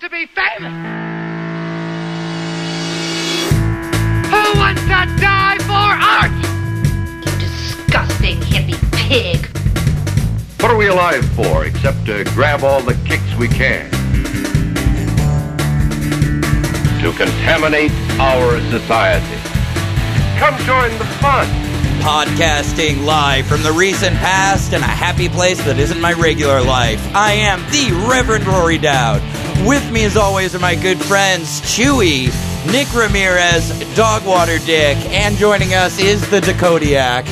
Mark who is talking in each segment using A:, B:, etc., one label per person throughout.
A: to be famous. Who wants to die for art?
B: You disgusting hippie pig.
C: What are we alive for except to grab all the kicks we can? To contaminate our society. Come join the fun.
D: Podcasting live from the recent past and a happy place that isn't my regular life. I am the Reverend Rory Dowd. With me, as always, are my good friends Chewy, Nick Ramirez, Dogwater Dick, and joining us is the Dakodiac.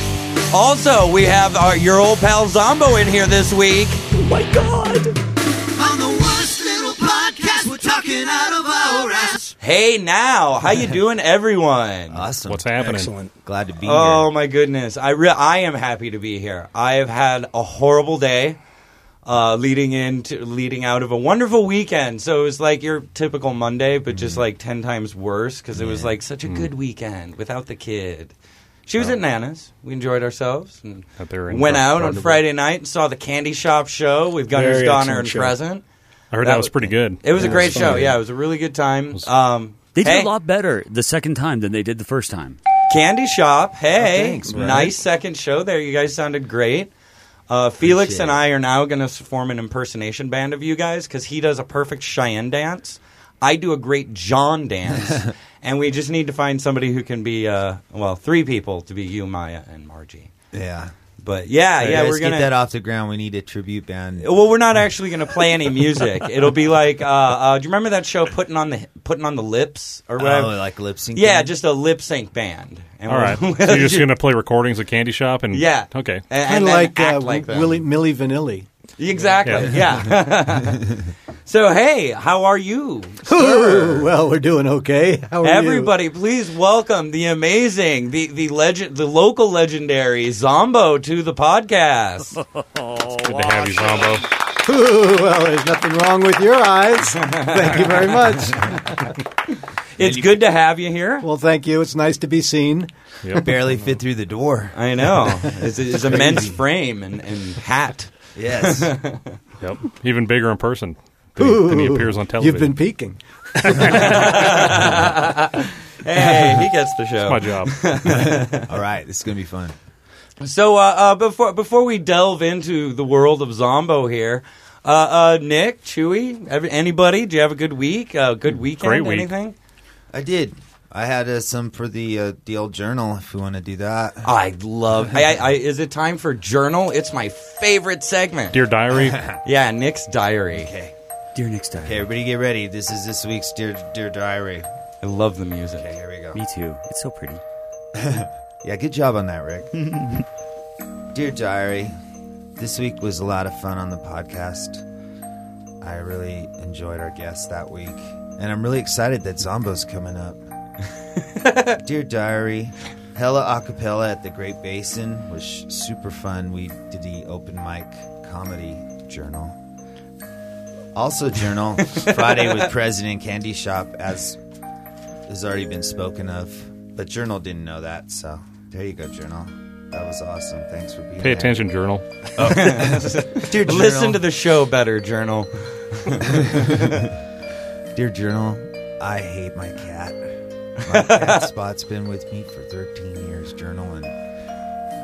D: Also, we have our, your old pal Zombo in here this week. Oh my god!
E: on the worst little podcast. We're talking out of our ass.
D: Hey now, how you doing, everyone?
F: Awesome.
G: What's happening?
F: Excellent. Glad to be
D: Oh my goodness! I re- I am happy to be here. I have had a horrible day, uh, leading into leading out of a wonderful weekend. So it was like your typical Monday, but
F: Mm-hmm.
D: just like ten times worse because it was like such a good weekend without the kid. She
F: Oh.
D: was at Nana's. We enjoyed ourselves and
G: Out there in
D: went
G: Fro-
D: out on
G: Frontierville.
D: Friday night and saw the Candy Shop show with Gunners
F: Very
D: Donner
F: excellent
D: and
F: show.
D: Crescent.
G: I heard that, was pretty good.
D: It was a great
F: was
D: show.
F: fun.
D: Yeah, it was a really good time. Um,
H: They did
D: hey,
H: a lot better the second time than they did the first time.
D: Candy Shop. Hey,
F: Oh, thanks, man.
D: nice second show there. You guys sounded great. Uh, Felix and I are now going to form an impersonation band of you guys because he does a perfect Cheyenne dance. I do a great John dance, and we just need to find somebody who can be uh, well, three people to be you, Maya, and Margie.
F: Yeah.
D: But yeah, yeah,
F: Let's
D: we're gonna
F: get that off the ground. We need a tribute band.
D: well, we're not actually going to play any music. It'll be like, uh, uh, do you remember that show, putting on the putting on the lips or
F: Oh,
D: whatever?
F: like lip sync.
D: yeah,
F: band?
D: just a lip sync band. And
G: All
D: we'll-
G: right. So
D: we'll
G: you're just
D: ju-
G: going to play recordings at Candy Shop? and
D: yeah,
G: Okay.
D: and,
I: Kind
D: and
I: of
D: then
I: like,
D: act
I: uh,
D: like them.
I: Willy, Millie Vanilli.
D: Exactly. Yeah. so hey, how are you?
I: Oh, well, we're doing okay. How are
D: Everybody, please welcome the amazing, the the legend, the local legendary Zombo to the podcast.
G: Good to have you, Zombo.
I: you? Ooh, well, there's nothing wrong with your eyes. thank you very much.
D: It's good to have you here.
I: Well, thank you. It's nice to be seen.
G: Yep.
F: barely fit through the door.
D: I know it's, it's a men's frame and, and hat.
F: Yes.
G: yep. Even bigger in person than he, than he appears on television.
I: You've been peeking.
D: Hey, he gets the show.
G: My job.
F: All right. This is gonna be fun.
D: So uh, uh, before before we delve into the world of Zombo here, uh, uh, Nick, Chewy, every, anybody, do you have a good week? Uh, good weekend?
G: Great week.
D: Anything?
F: I did. I had uh, some for the uh, the old journal. If we want to do that.
D: I love. I, I, I, is it time for journal? It's my favorite segment.
G: Dear Diary,
D: yeah, Nick's diary.
F: Okay.
H: Dear Nick Steyer.
F: Okay. Everybody, get ready. This is this week's dear dear diary.
D: I love the music.
F: Okay. Here we go.
H: Me too. It's so pretty.
F: Yeah, good job on that, Rick. Dear Diary, this week was a lot of fun on the podcast. I really enjoyed our guests that week, and I'm really excited that Zombo's coming up. Dear Diary, hella acapella at the Great Basin was sh- super fun. We did the open mic comedy journal. Also, journal Friday with President Candy Shop, as has already been spoken of, but Journal didn't know that. So there you go, Journal. That was awesome. Thanks for being.
G: pay
F: there.
G: attention, Journal.
F: dear. Journal.
D: Listen to the show better, journal.
F: dear Journal. I hate my cat. My cat Spot's been with me for 13 years, Journal, and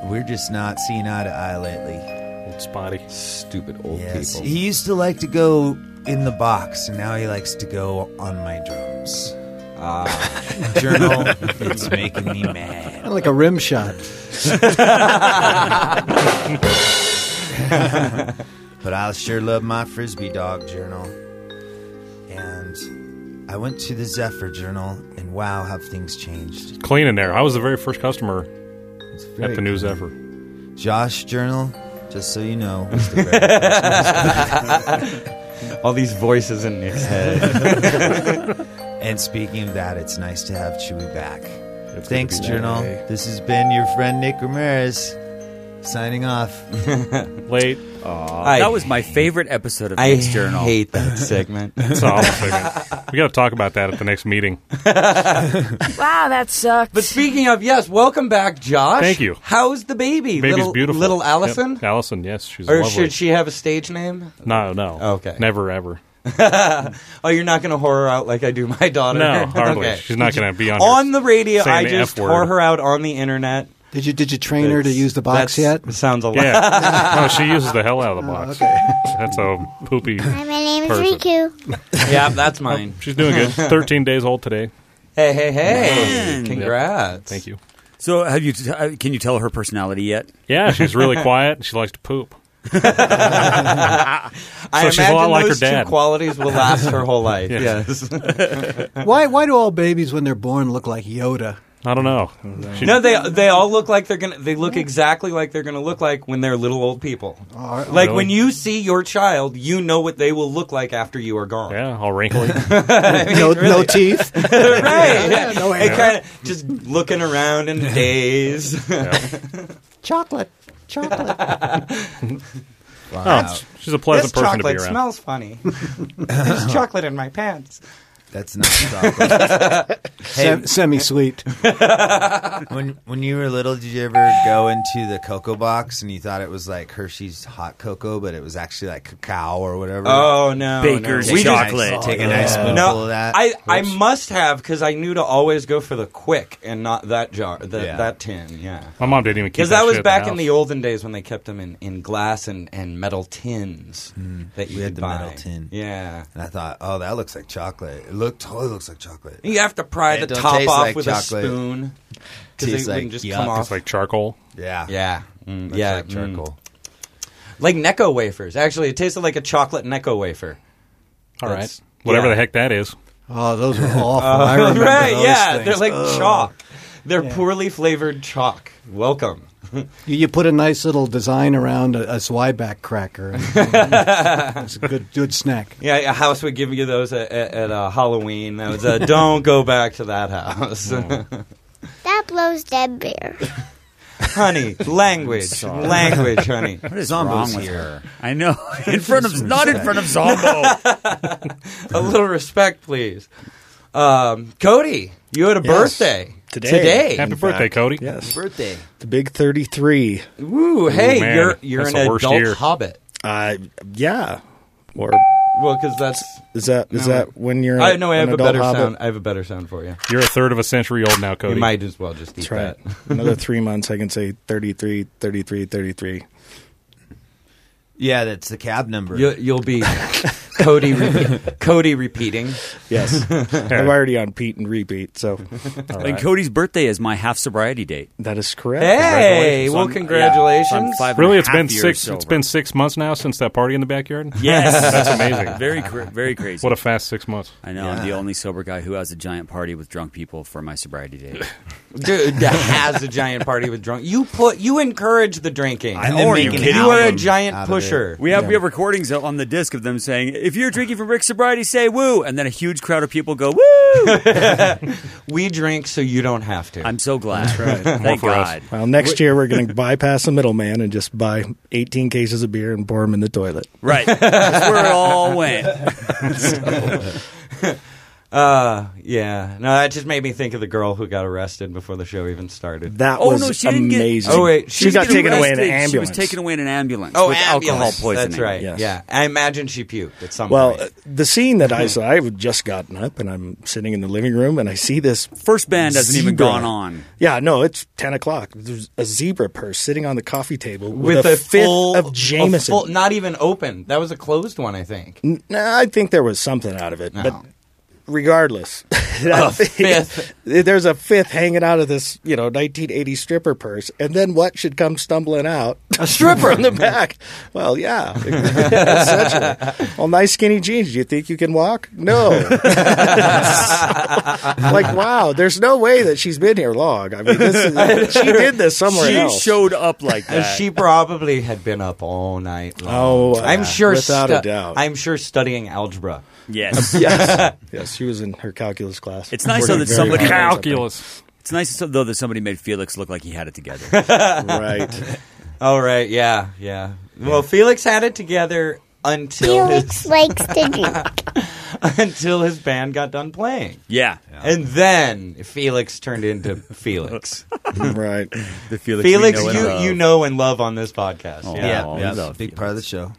F: we're just not seeing eye to eye lately.
G: Old Spotty.
D: Stupid old
F: Yes,
D: people.
F: he used to like to go in the box, and now he likes to go on my drums.
G: Ah.
F: Journal, it's making me mad.
I: Kinda like a rim shot.
F: But I sure love my Frisbee Dog Journal. And I went to the Zephyr Journal, and wow, have things changed.
G: Clean in there. I was the very first customer
F: It's
G: at
F: very
G: the New
F: cool.
G: Zephyr.
F: Josh Journal, just so you know, was the very-
D: All these voices in Nick's head.
F: and speaking of that, it's nice to have Chewy back.
G: good
F: Thanks,
G: to be back.
F: Journal. This has been your friend Nick Ramirez signing off.
G: Late.
D: I,
H: that was my favorite episode of
D: I
H: Nick's Journal.
D: hate that segment.
G: That's all I'm thinking. We got to talk about that at the next meeting.
J: Wow, that sucked.
D: but speaking of, yes, welcome back, Josh.
G: Thank you.
D: How's the baby?
G: Baby's
D: little,
G: beautiful.
D: Little Allison.
G: Yep. Allison, yes. She's
D: Or
G: lovely.
D: should she have a stage name?
G: No, no.
D: Okay.
G: Never, ever.
D: oh, you're not going to horror out like I do my daughter.
G: No, hardly. She's not going to be on here
D: on the radio.
G: saying
D: I
G: the
D: just
G: F word.
D: whore her out on the internet.
K: Did you did you train her to use the box yet?
D: Sounds a lot.
G: Yeah. no, she uses the hell out of the box.
D: Oh,
G: That's a poopy.
L: Hi, my name is
G: person.
L: Riku.
D: yeah, that's mine.
G: She's doing good. 13 days old today.
D: Hey, hey, hey!
G: Man.
D: Congrats.
G: Thank you.
H: So, have you? T- uh, can you tell her personality yet?
G: Yeah, she's really quiet. and She likes to poop.
D: I
G: So she's a
D: imagine
G: lot like her
D: those
G: dad.
D: two qualities will last her whole life. yes.
K: Why why do all babies when they're born look like Yoda?
G: I don't know.
D: no, they they all look like they're gonna. They look exactly like they're gonna look like when they're little old people.
K: Oh,
D: like
G: really?
D: when you see your child, you know what they will look like after you are gone.
G: Yeah, all wrinkly.
K: no, no teeth.
D: right.
K: Yeah, no
D: It
K: hair.
D: kind of just looking around in daze.
K: Chocolate. Chocolate.
G: Oh, she's a pleasant
D: this
G: person to be
D: chocolate
G: around.
D: smells funny. There's chocolate in my pants.
F: That's not chocolate.
K: Sem- semi-sweet.
F: when when you were little, did you ever go into the cocoa box and you thought it was like Hershey's hot cocoa, but it was actually like cacao or whatever?
D: Oh no,
H: Baker's
D: no. We just-
H: chocolate.
F: Take a nice spoonful
D: no,
F: of Uh, that.
D: I, I must have because I knew to always go for the quick and not that jar, the,
F: Yeah.
D: that tin. Yeah.
G: My mom didn't even keep
D: Because that was
G: shit
D: back in
G: house.
D: the olden days when they kept them in, in glass and, and metal tins that you
F: Hmm. we had
D: could
F: the
D: buy.
F: metal tin.
D: Yeah,
F: And I thought, oh, that looks like chocolate. It look totally looks like chocolate.
D: you have to pry
F: It
D: the
F: don't
D: top
F: taste
D: off
F: like
D: with
F: chocolate.
D: a spoon because
F: Tastes
D: it wouldn't
F: like
D: just
F: yuck.
D: come off.
G: It's like charcoal.
F: Yeah,
D: yeah, Mm,
F: Looks
D: yeah,
F: like
D: mm.
F: charcoal.
D: like Necco wafers. Actually, it tasted like a chocolate Necco wafer.
G: All right.
D: That's-
G: Whatever
D: yeah.
G: the heck that is.
K: Oh, those were awful.
D: Uh,
K: I remember
D: right?
K: those
D: Yeah,
K: things.
D: they're like
K: Ugh.
D: chalk. They're poorly flavored chalk. Welcome.
K: You, you put a nice little design around a, a Zwieback cracker. and- it's a good good snack.
D: Yeah, a house would give you those at, at, at uh, Halloween. That was, uh, don't go back to that house,
L: That blows dead bear.
D: honey. Language, language, honey.
H: What is
F: Zombo's
H: wrong with
F: here.
H: her? I know. In front of not in front of Zombo.
D: a little respect, please. Um, Cody, you had a
M: Yes.
D: birthday
M: Today.
D: Today,
G: Happy birthday, Cody.
M: Yes.
D: birthday.
M: The big 33.
D: Ooh, hey,
G: man,
D: you're you're
G: that's
D: an
G: the worst
D: adult
G: year.
D: hobbit.
M: Uh, yeah. Or
D: Well, because that's
M: is that is
D: No.
M: that when you're
D: I know I
M: an
D: have a
M: adult
D: better
M: hobbit?
D: sound. I have a better sound for you.
G: You're a third of a century old now, Cody.
D: You might as well just eat
M: That's right.
D: that.
M: Another 3 months I can say 33 33 33.
F: Yeah, that's the cab number.
D: You, you'll be Cody. Re- Cody repeating.
M: Yes. I'm already on Pete and repeat, so
H: And Cody's birthday is my half sobriety date.
M: that is correct.
D: Hey,
H: So
D: well,
H: I'm- yeah,
D: congratulations.
H: so I'm five and
G: Really,
H: a
G: it's been
H: half years
G: six. It's
H: sober.
G: been six months now since that party in the backyard.
H: yes,
G: That's amazing.
H: Very, cra- very crazy.
G: What a fast six months.
H: I know. I'm the only sober guy who has a giant party with drunk people for my sobriety date.
D: Dude that has a giant party with drunk. You put you encourage the drinking.
F: And then
H: Or
F: make
H: you
F: an
H: kidding?
D: You are a
F: album
D: giant
F: out of it.
D: pusher.
H: We have we have recordings on the disc of them saying, "If you're drinking from Rick sobriety, say woo," and then a huge crowd of people go woo.
D: We drink so you don't have to.
H: I'm so glad.
G: More
H: Thank
G: for us.
H: God.
M: Well, next year we're going to bypass the middleman and just buy 18 cases of beer and pour them in the toilet.
H: Right, that's where it all went.
D: Uh, yeah. No, that just made me think of the girl who got arrested before the show even started.
M: That
H: Oh
M: was
H: no, she didn't
M: amazing.
H: get.
D: Oh, wait,
M: she got
H: didn't get
M: taken away in an
H: arrested.
M: ambulance.
H: She was taken away in an ambulance.
D: oh,
H: with alcohol
D: ambulance.
H: poisoning.
D: That's right.
M: Yes.
D: Yeah. I imagine she puked at some
M: Well, uh,
D: point.
M: the scene that I saw, I had just gotten up and I'm sitting in the living room and I see this.
H: First band hasn't even
M: Zebra.
H: gone on.
M: Yeah, no, it's 10 o'clock. There's a zebra purse sitting on the coffee table with, a, fifth
D: full
M: of Jameson.
D: a full- not even open. That was a closed one, I think.
M: Nah, I think there was something out of it, but regardless, I think-
D: fifth.
M: There's a fifth hanging out of this, you know, 1980 stripper purse, and then what should come stumbling out? A stripper in the back. Well, yeah, essentially. Well, nice skinny jeans. Do you think you can walk? No. like, wow. There's no way that she's been here long. I mean, this is, she did this somewhere
H: She
M: else.
H: showed up like
D: And
H: that.
D: she probably had been up all night long.
M: Oh, uh,
D: I'm sure
M: without
D: stu-
M: a doubt.
D: I'm sure studying algebra.
H: yes.
M: yes, yes, she was in her calculus class.
H: It's nice though
M: Working very
H: that somebody-
M: hard.
G: Calculus.
H: It's nice though that somebody made Felix look like he had it together.
M: right?
D: All right, yeah, yeah. Well, Felix had it together until
L: Felix
D: his
L: likes to drink.
D: until his band got done playing.
H: Yeah.
D: And then Felix turned into Felix.
M: right.
H: The Felix, we
D: Felix,
H: know and
D: you,
H: love. Oh,
D: you know and love on this podcast.
H: Aw.
D: Yeah.
F: Yeah,
H: Oh,
F: yeah,
H: love
F: big part of the show.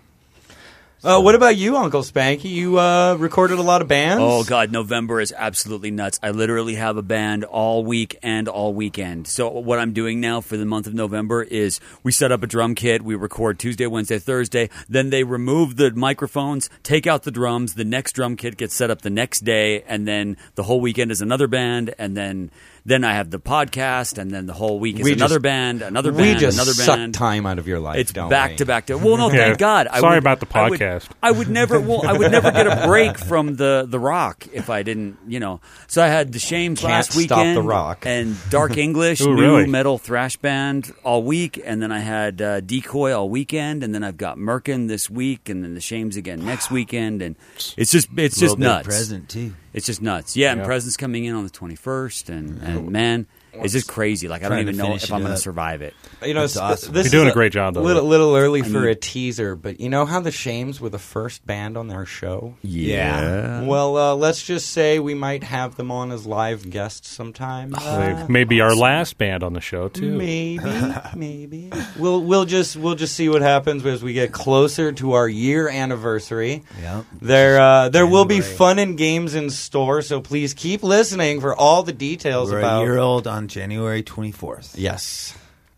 D: Uh, what about you, Uncle Spanky? You uh, recorded a lot of bands.
H: Oh God, November is absolutely nuts. I literally have a band all week and all weekend. So what I'm doing now for the month of November is we set up a drum kit. We record Tuesday, Wednesday, Thursday. Then they remove the microphones, take out the drums. The next drum kit gets set up the next day, and then the whole weekend is another band, and then. Then I have the podcast, and then the whole week is
D: We
H: another
D: just-
H: band, another
D: we
H: band,
D: just
H: another
D: suck
H: band.
D: time out of your life,
H: It's
D: don't
H: back
D: we?
H: to back to. Well, no,
D: Yeah.
H: thank God.
D: Sorry about the
H: I would-
D: podcast.
H: I would never. Well, I would never get a break from the the Rock if I didn't. You know. So I had the Shames
D: Can't
H: last
D: stop
H: weekend.
D: The Rock.
H: and Dark English,
D: Ooh,
H: new
D: really?
H: metal thrash band all week, and then I had uh, Decoy all weekend, and then I've got Merkin this week, and then the Shames again next weekend, and it's just it's
F: Little
H: just
F: bit of
H: nuts.
F: present, too.
H: It's just nuts. Yeah,
F: Yeah.
H: and presents coming in on the twenty first, and and man. It's just crazy. Like I don't
D: Trying to
H: even know
D: finish
H: if
D: it
H: I'm going to
D: up.
H: survive it.
D: You know, s- this is Little, little early for a teaser, but you know how the Shames were the first band on their show.
H: Yeah. Yeah.
D: Well, uh, let's just say we might have them on as live guests sometime. Uh,
G: Maybe our last band on the show too.
D: Maybe, maybe. We'll we'll just we'll just see what happens as we get closer to our year anniversary.
F: Yeah.
D: There uh, there will be fun and games in store, so please keep listening for all the details
F: We're
D: about
F: a year old on January 24th.
D: Yes.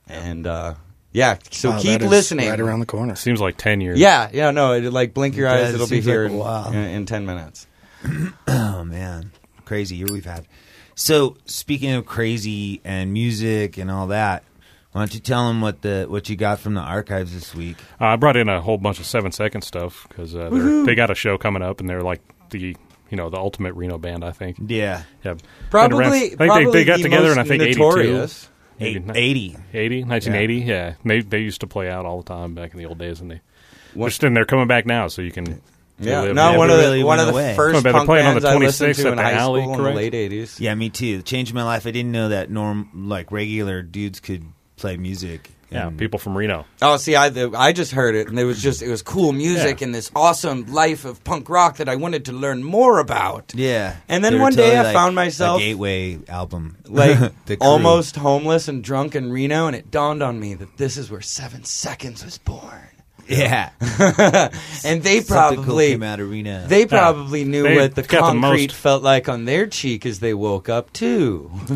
D: And uh, yeah, so
F: Wow,
D: keep
F: that is
D: listening.
F: right around
M: the corner.
G: Seems like ten years.
D: Yeah, yeah, no, it, like blink your
F: It
D: eyes,
F: does.
D: it'll be
F: Seems like
D: here
F: a
D: in-
F: while.
D: in, in ten minutes.
F: oh man, crazy year we've had. So speaking of crazy and music and all that, why don't you tell them what the what you got from the archives this week?
G: Uh, I brought in a whole bunch of seven second stuff because uh, they're-
F: Woohoo.
G: they got a show coming up, and they're like the you know the ultimate Reno band, I think.
F: Yeah.
G: yeah.
D: Probably-
G: And around- I think they,
D: probably
G: they got
D: the most
G: together in I think
D: notorious.
G: 82,
F: Eight- 80.
G: 80, 1980. Yeah, They, they used to play out all the time back in the old days, and they
D: What-
G: just and they're coming back now, so you can. they
D: Yeah,
G: live
D: no,
G: there.
D: one of the- Really one of went the away. first
G: Coming back, they're
D: punk
G: playing on
D: bands
G: the
D: I
G: 26th
D: listened to
G: at
D: in
G: the
D: high
G: alley,
D: school in the
G: correct?
D: late 80s.
F: Yeah, me too. Changed my life. I didn't know that norm like regular dudes could play music.
G: Yeah, people from Reno.
D: Oh, see, I the, I just heard it, and it was just it was cool music and this awesome life of punk rock that I wanted to learn more about.
F: Yeah.
D: and then
F: They were
D: one day
F: totally
D: I
F: like
D: found myself
F: a gateway album,
D: like
F: The Crew.
D: almost homeless and drunk in Reno, and it dawned on me that this is where Seven Seconds was born.
F: Yeah.
D: and they
F: Something cool
D: probably
F: came out of Reno.
D: They
F: Yeah.
D: probably knew
F: They
D: what the
F: got the
D: concrete
F: most-
D: felt like on their cheek as they woke up too.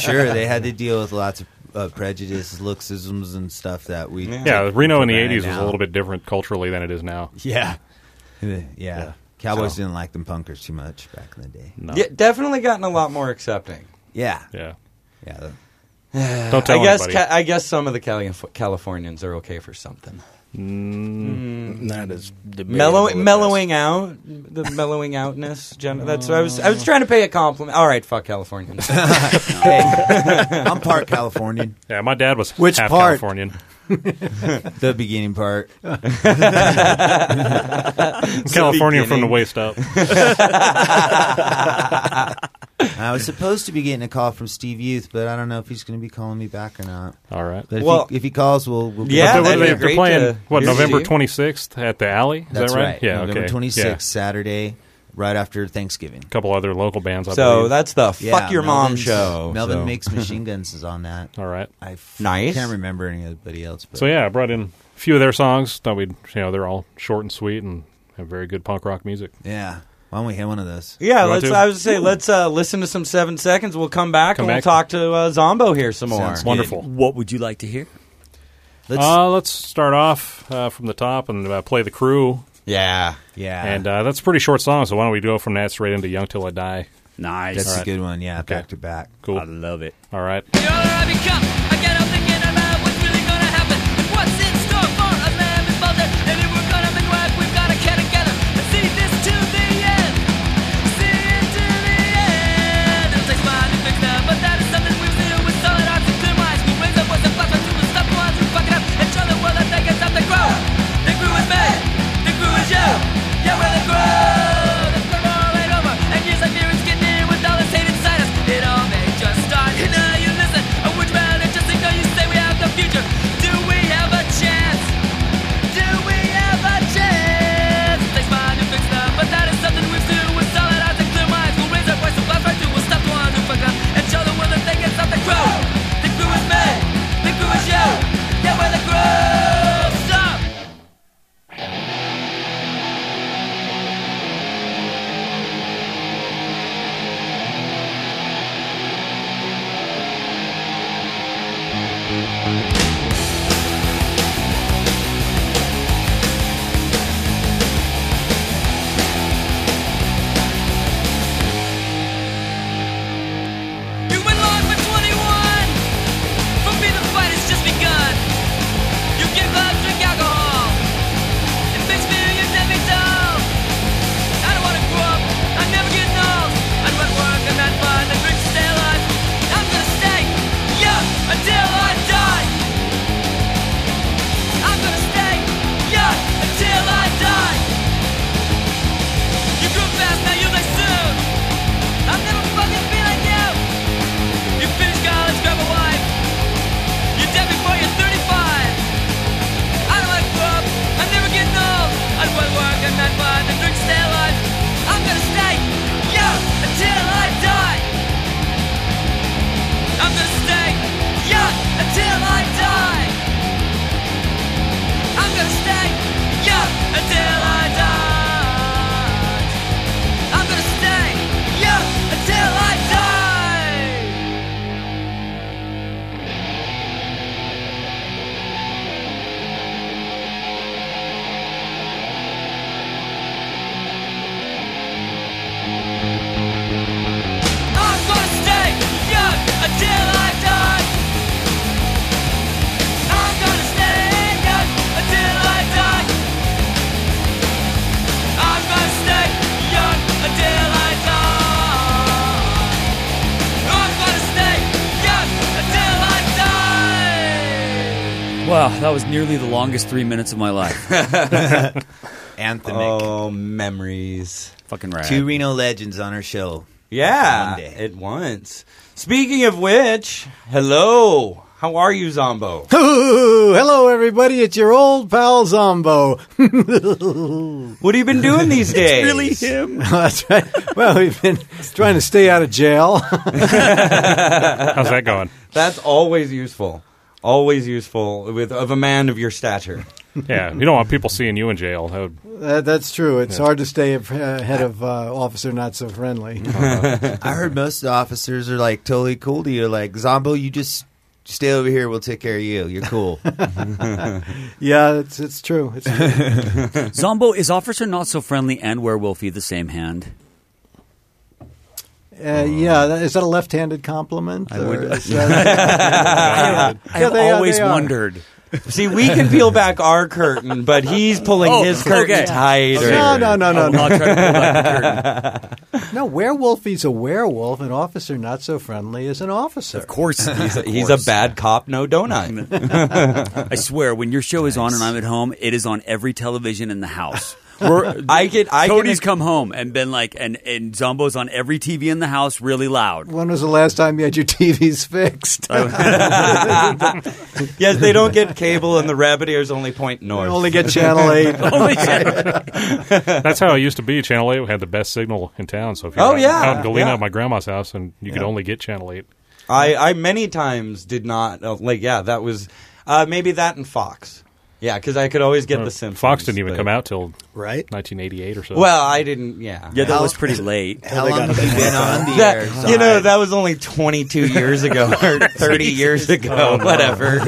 F: sure, they had to deal with lots of uh, prejudice, looksisms, and stuff that we.
G: Yeah,
F: take
G: Reno
F: for
G: in the
F: granted
G: '80s was a
F: now.
G: little bit different culturally than it is now.
F: Yeah. yeah, Cowboys
G: So-
F: didn't like them punkers too much back in the day.
G: No.
D: Yeah, definitely gotten a lot more accepting.
F: Yeah.
G: Yeah.
F: Yeah.
G: Don't tell
D: Uh, I guess
G: anybody.
D: Ca- I guess some of the Cali- Californians are okay for something.
G: Mm.
M: That is debatable
D: mellow,
M: at best.
D: mellowing out the mellowing outness. Gen- that's what I was. I was trying to pay a compliment. All right, fuck Californians.
F: I'm part Californian.
G: Yeah, my dad was
F: Which
G: half
F: part?
G: Californian.
F: the beginning part.
G: California from the waist up.
F: I was supposed to be getting a call from Steve Youth, but I don't know if he's going to be calling me back or not.
G: All right.
F: But if,
G: Well-
F: he, if he calls, we'll. we'll
G: But they're, they're playing what November 26th at the alley. Is
F: That's
G: that right?
F: right.
G: Yeah,
F: November
G: okay.
F: 26th, Saturday, right after Thanksgiving. A
G: couple other local bands. I
D: So
G: believe.
D: that's the Fuck Your Mom
F: Melvin's-
D: show,
F: Melvin
D: so.
F: makes machine guns is on that.
G: All right,
F: I f-
D: Nice.
F: Can't remember anybody else. But
G: So yeah, I brought in a few of their songs. Thought we'd, you know, they're all short and sweet and have very good punk rock music.
F: Yeah. Why don't we hit one of those?
D: yeah,
G: You want
D: let's.
G: to?
D: I was gonna say let's uh, listen to some seven seconds. We'll come back
G: Come
D: and
G: back.
D: we'll talk to uh, Zombo here some more.
G: Sounds good. Wonderful.
H: What would you like to hear?
G: Let's, uh, let's start off uh, from the top and uh, play the crew.
D: Yeah,
F: yeah.
D: Ah.
G: And uh, that's a pretty short song. So why don't we go from that straight into Young Till I Die?
H: Nice.
F: That's
G: All
F: a good one. Yeah, back to back.
G: Cool. I
H: love it.
G: All right.
N: It all may just start, and now you listen. Which round it just
H: Oh, that was nearly the longest three minutes of my life.
F: Anthemic.
D: Oh, memories.
H: Fucking right.
F: Two Reno legends on our show.
D: Yeah, at once. Speaking of which, hello. How are you, Zombo?
K: Ooh, hello, everybody. It's your old pal Zombo. what
D: have you been doing these days?
H: really him.
K: That's right. Well, we've been trying to stay out of jail.
G: How's that going?
D: That's always useful. Always useful with of a man of your stature.
G: Yeah, you don't want people seeing you in jail. That would-
K: That, that's true. It's
G: Yeah.
K: hard to stay af- ahead of uh, officer not so friendly.
F: I heard most officers are like totally cool to you. Like, Zombo, you just stay over here. We'll take care of you. You're cool.
K: yeah, it's it's true. It's true.
H: Zombo is officer not so friendly and werewolfy the same hand.
K: Uh, yeah, that, is that a left-handed compliment?
H: I
K: or
H: would-
K: is
H: I
K: that-
H: have- I have
K: they are-
H: always
K: they are.
H: wondered.
D: See, we can peel back our curtain, but he's pulling
H: Oh,
D: his curtain
H: okay.
D: tighter.
K: No, no, no, no,
H: I will not
K: no.
H: try to pull back the curtain.
K: No, werewolfy's a werewolf. An officer not so friendly is an officer. Of
H: course,
D: He's a, he's a bad cop, no donut.
H: I swear, when your show is on and I'm at home, it is on every television in the house.
D: I get. I
H: Cody's
D: get
H: come home and been like, and and Zombo's on every TV in the house, really loud.
K: When was the last time you had your TVs fixed?
D: yes, they don't get cable, and the rabbit ears only point north.
K: only get Channel 8. Only Channel
G: That's how it used to be. Channel 8 had the best signal in town. So if you
D: Oh,
G: were out-
D: yeah,
G: out in Galena
D: yeah.
G: at my grandma's house, and you could
D: Yeah.
G: only get Channel 8.
D: I, I many times did not uh, like. Yeah, that was uh, maybe that and Fox. Yeah, because I could always get
G: Uh,
D: the Simpsons.
G: Fox didn't even
D: but-
G: come out till
M: right
G: 1988 or so.
D: Well, I didn't. Yeah,
H: Yeah, that was pretty late.
F: How long have you been on the
D: That-
F: air?
D: you know, that was only 22 years ago or 30 years ago,
F: Oh, no.
D: whatever.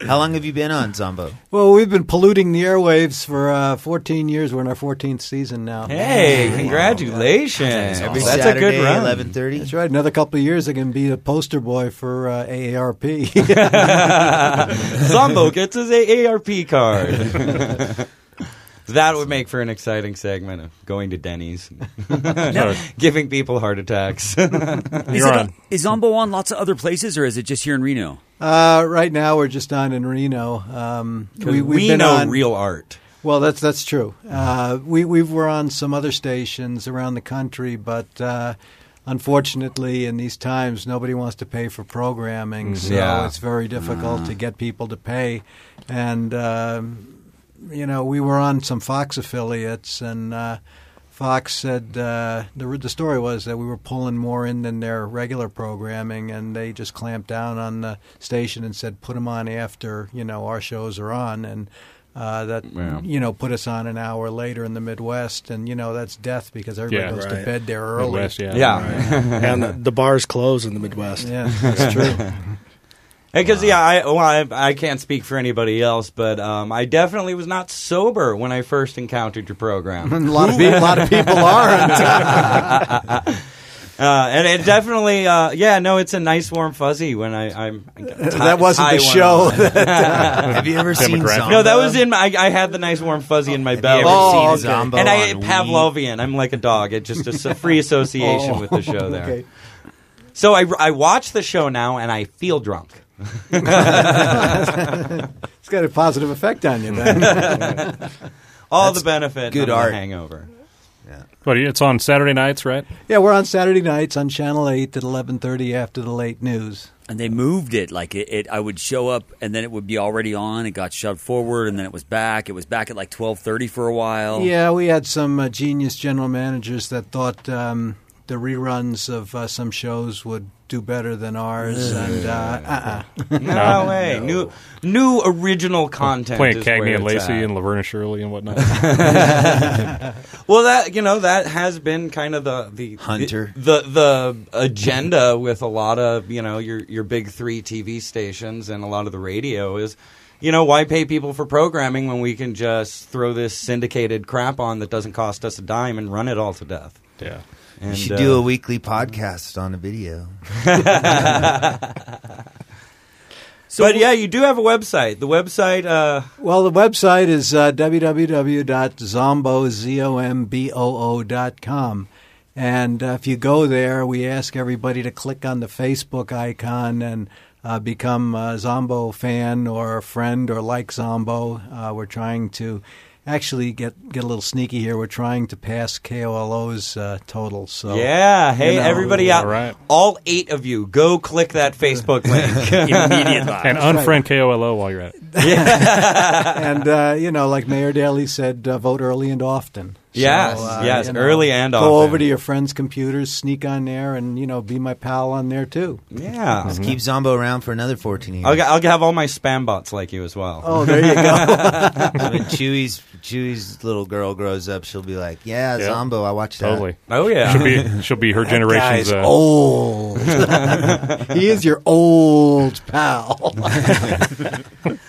F: How long have you been on, Zombo?
K: Well, we've been polluting the airwaves for uh, 14 years. We're in our 14th season now.
D: Hey, congratulations.
F: Every
D: That's a
F: Saturday,
D: good run.
F: 11:30.
K: That's right. Another couple of years, I can be a poster boy for uh, AARP.
D: Zombo gets his AARP card. that would make for an exciting segment of going to Denny's, giving people heart attacks.
H: Is, it, is Zombo on lots of other places, or is it just here in Reno?
K: Uh, right now, we're just on in Reno. Um,
D: 'Cause
K: we, we've
D: we
K: been
D: know
K: on,
D: real art.
K: Well, that's that's true. Uh, we we were on some other stations around the country, but uh, unfortunately, in these times, nobody wants to pay for programming,
D: Mm,
K: so
D: yeah.
K: it's very difficult
D: Ah.
K: to get people to pay. And um, you know, we were on some Fox affiliates, and uh, Fox said uh, the the story was that we were pulling more in than their regular programming, and they just clamped down on the station and said put them on after you know our shows are on, and uh, that
D: Yeah.
K: you know put us on an hour later in the Midwest, and you know that's death because everybody
G: Yeah.
K: goes to
G: Right.
K: bed there early.
G: Midwest, yeah.
D: Yeah.
M: and the, the bars close in the Midwest.
K: Yeah, that's true.
D: Because yeah, I, well, I I can't speak for anybody else, but um, I definitely was not sober when I first encountered your program.
K: a lot of people, a lot of people aren't.
D: uh, and it definitely, uh, yeah, no, it's a nice warm fuzzy when I, I'm.
K: That wasn't the show that, uh, Have you ever seen Demographic.
D: No, that
K: Zombo?
D: was in. My, I, I had the nice warm fuzzy in my
F: you
D: belly.
F: ever Oh, seen okay. Zombo
D: And I
F: on
D: Pavlovian. I'm like a dog. It's just a s- free association
F: Oh,
D: with the show there.
F: okay.
D: So I, I watch the show now and I feel drunk.
K: it's got a positive effect on you, man.
D: All
K: That's
D: the benefit.
K: good
D: Good of
K: art.
D: The hangover.
G: But it's on Saturday nights, right?
K: yeah, we're on Saturday nights on Channel Eight at eleven thirty after the late news.
H: And they moved it like it, it. I would show up, and then it would be already on. It got shoved forward, and then it was back. It was back at like twelve thirty for a while.
K: Yeah, we had some uh, genius general managers that thought um, the reruns of uh, some shows would do better than ours, and uh, uh-uh.
D: No, way. New new original content.
G: Playing
D: is
G: Cagney
D: where
G: and
D: it's
G: Lacey
D: at.
G: and Laverne and Shirley and whatnot.
D: well, that you know that has been kind of the the
F: Hunter.
D: the the agenda with a lot of you know your your big three TV stations and a lot of the radio is. You know why pay people for programming when we can just throw this syndicated crap on that doesn't cost us a dime and run it all to death?
G: Yeah,
F: you should
D: uh,
F: do a weekly podcast on a video.
D: but yeah, you do have a website. The website, uh,
K: Well, the website is uh, www.zomboo.com. And uh, if you go there, we ask everybody to click on the Facebook icon and uh, become a Zombo fan or a friend or like Zombo. Uh, we're trying to actually get get a little sneaky here. We're trying to pass KOLO's uh, total. So
D: yeah.
K: you
D: Hey,
K: know,
D: everybody out, all eight of you, go click that Facebook link immediately
G: and unfriend KOLO while you're at it.
K: and uh, you know, like Mayor Daley said, uh, vote early and often. uh,
D: Yes, yes,
K: you know,
D: early and
K: go
D: often.
K: over to your friends' computers, sneak on there, and you know, be my pal on there too.
D: Yeah.
F: Just keep Zombo around for another 14 years.
D: I'll, g- I'll have all my spam bots like you as well.
K: Oh, there you
F: go. when Chewie's Chewie's little girl grows up, she'll be like, "Yeah,
G: Yeah.
F: Zombo, I watched that."
G: Totally.
D: Oh,
G: She'll be, she'll be her
F: That
G: generation's.
F: guy's
G: uh,
F: old.
K: he is your old pal.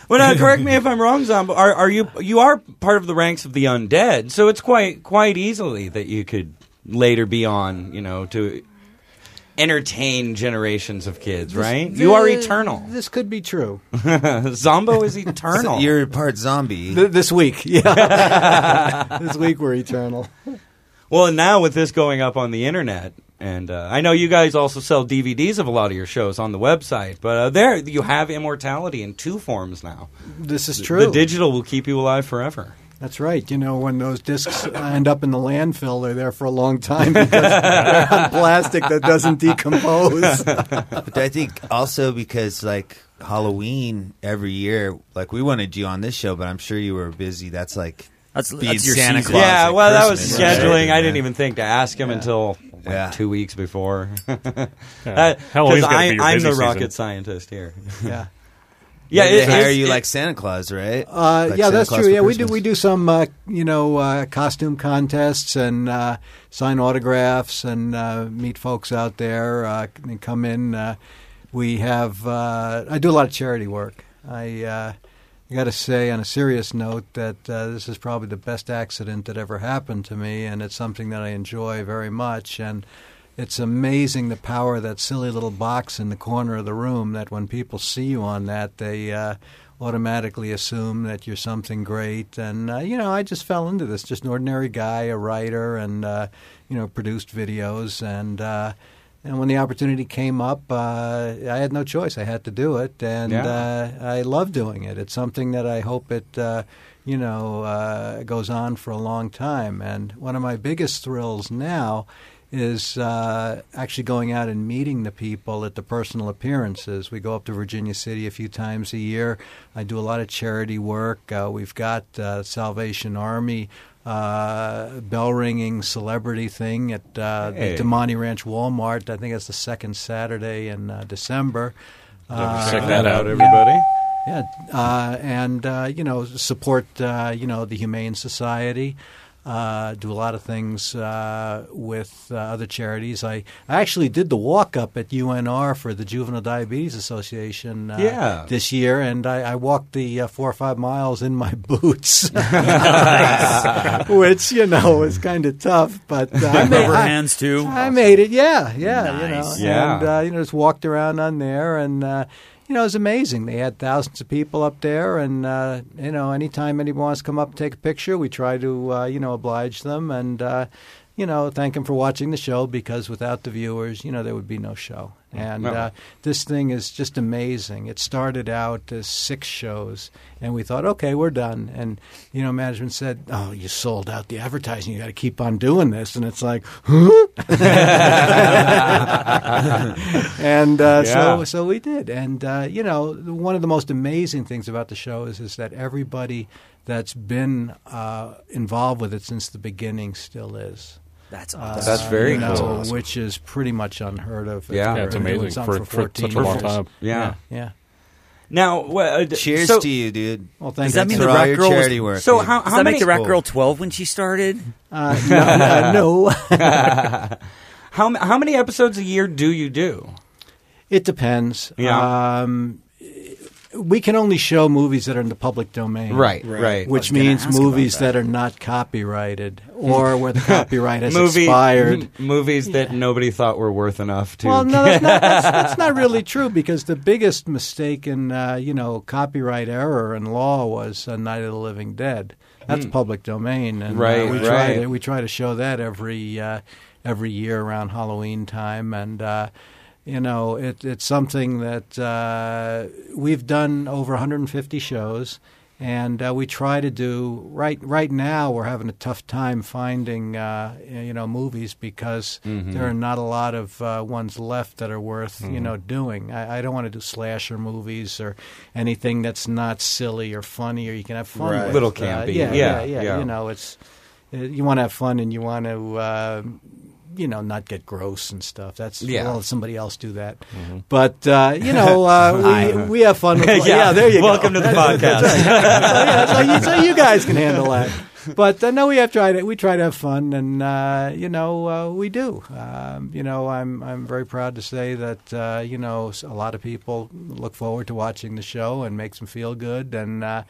D: Well, now correct me if I'm wrong, Zombo. Are, are you you are part of the ranks of the undead? So it's quite quite easily that you could later be on, you know, to entertain generations of kids, right? you are
K: This-
D: eternal.
K: This could be true.
D: Zombo is eternal.
K: So
F: you're part zombie.
K: Th- this week, yeah. this week we're eternal.
D: Well, and now with this going up on the internet, and uh, I know you guys also sell DVDs of a lot of your shows on the website, but uh, there you have immortality in two forms now.
K: This is
D: The-
K: true.
D: The digital will keep you alive forever.
K: That's right. You know, when those discs end up in the landfill, they're there for a long time because they're on plastic that doesn't decompose.
F: but I think also because like Halloween every year, like we wanted you on this show, but I'm sure you were busy. That's like
H: That's-
F: being
H: that's your
F: Santa
H: season.
F: Claus.
D: yeah,
F: at
D: well, that was
F: Christmas, right?
D: scheduling. I didn't even think to ask him until like,
F: Yeah.
D: two weeks before. That-
F: Halloween's gotta
D: I,
F: be your
D: I'm
F: busy
D: the
F: season.
D: rocket scientist here.
K: Yeah.
D: yeah.
F: Maybe
D: It,
F: they hire
D: it's-
F: you
D: it-
F: like Santa Claus, right?
K: Uh,
F: Like
K: yeah,
F: Santa
K: that's
F: Claus
K: true.
F: for
K: Yeah, we do
F: Christmas.
K: we do some uh, you know uh, costume contests and uh, sign autographs and uh, meet folks out there uh, and come in. Uh, we have uh, I do a lot of charity work. I uh, I got to say on a serious note that uh, this is probably the best accident that ever happened to me, and it's something that I enjoy very much and. It's amazing the power of that silly little box in the corner of the room. That when people see you on that, they uh, automatically assume that you're something great. And, uh, you know, I just fell into this. Just an ordinary guy, a writer, and, uh, you know, produced videos. And, uh, and when the opportunity came up, uh, I had no choice. I had to do it. And
D: Yeah.
K: uh, I love doing it. It's something that I hope it, uh, you know, uh, goes on for a long time. And one of my biggest thrills now is uh, actually going out and meeting the people at the personal appearances. We go up to Virginia City a few times a year. I do a lot of charity work. Uh, we've got uh, Salvation Army uh, bell ringing celebrity thing at uh,
D: Hey.
K: the Demonte Ranch Walmart. I think that's the second Saturday in uh, December. Uh,
D: check that out,
K: yeah.
D: everybody.
K: Yeah, uh, and uh, you know, support uh, you know the Humane Society. Uh, do a lot of things uh, with uh, other charities. I, I actually did the walk up at UNR for the Juvenile Diabetes Association uh,
D: Yeah.
K: this year, and I, I walked the uh, four or five miles in my boots, which you know was kind of tough. But uh, I made-
H: Rubber
K: I-
H: hands, too.
K: I made it. Yeah, yeah.
H: Nice.
K: You know,
H: Yeah.
K: And uh, you know, just walked around on there, and uh, you know, it was amazing. They had thousands of people up there, and uh, you know, anytime anyone wants to come up and take a picture, we try to uh, you know oblige them and. Uh, you know, thank them for watching the show because without the viewers, you know, there would be no show. And
D: No.
K: uh, this thing is just amazing. It started out as six shows, and we thought, okay, we're done. And you know, management said, "Oh, you sold out the advertising. You got to keep on doing this." And it's like, huh? and uh, so
D: Yeah.
K: so we did. And uh, you know, one of the most amazing things about the show is is that everybody that's been uh, involved with it since the beginning still is.
H: That's
K: Uh,
H: awesome.
D: That's very
K: you know,
D: cool. That's
K: Which is pretty much unheard of.
D: Yeah. Yeah,
K: We've
D: it's
K: been doing
D: amazing for-
K: something
D: for such a
K: 14
D: long
K: years.
D: time. Yeah.
K: yeah.
D: Now, well, uh, d-
F: Cheers
D: so-
F: to you, dude.
K: Well, thank
H: Does that mean
F: for
H: the
F: all
H: rock
F: your
H: girl? was-
F: charity work.
H: so
F: dude.
H: how,
F: Does
H: how
F: that
H: many?
F: make
H: the
F: the
H: rock
F: rock
H: girl twelve when she started?
K: Uh, no,
D: how m- how many episodes a year do you do?
K: It depends. Yeah. Um, we can only show movies that are in the public domain.
D: Right, Right. right.
K: Which
D: I was gonna
K: means
D: ask about
K: movies that. are not copyrighted or where the copyright has
D: Movie-
K: expired.
D: m- movies that nobody thought were worth enough to.
K: Well, no, that's not, that's, that's not really true because the biggest mistake in uh, you know copyright error in law was uh, Night of the Living Dead. That's
D: Hmm.
K: public domain, and uh,
D: Right,
K: we try
D: right.
K: to we try to show that every uh, every year around Halloween time, and uh, you know, it, it's something that uh, we've done over 150 shows, and uh, we try to do right. Right now, we're having a tough time finding uh, you know movies because
D: Mm-hmm.
N: Mhm.
K: there are not a lot of uh, ones left that are worth you
N: Mhm.
K: know doing. I, I don't want to do slasher movies or anything that's not silly or funny or you can have fun.
D: Right.
K: With.
D: Little
K: Uh,
D: campy. Yeah,
K: yeah, yeah, yeah,
D: yeah.
K: You know, it's uh, you want to have fun and you want to. Uh, you know, not get gross and stuff. That's
D: Yeah. Mm-hmm.
K: well, somebody else do that. But uh, you know, uh, we,
D: I-
K: we have fun. With,
D: Yeah.
K: yeah. there you
D: Welcome
K: go.
D: to the
K: That's-
D: podcast.
K: that's right. so, yeah, so, you, so you guys can handle that. But uh, no, we have tried it. We try to have fun, and uh, you know, uh, we do. Um, you know, I'm I'm very proud to say that uh, you know s- a lot of people look forward to watching the show and makes them feel good and. Uh,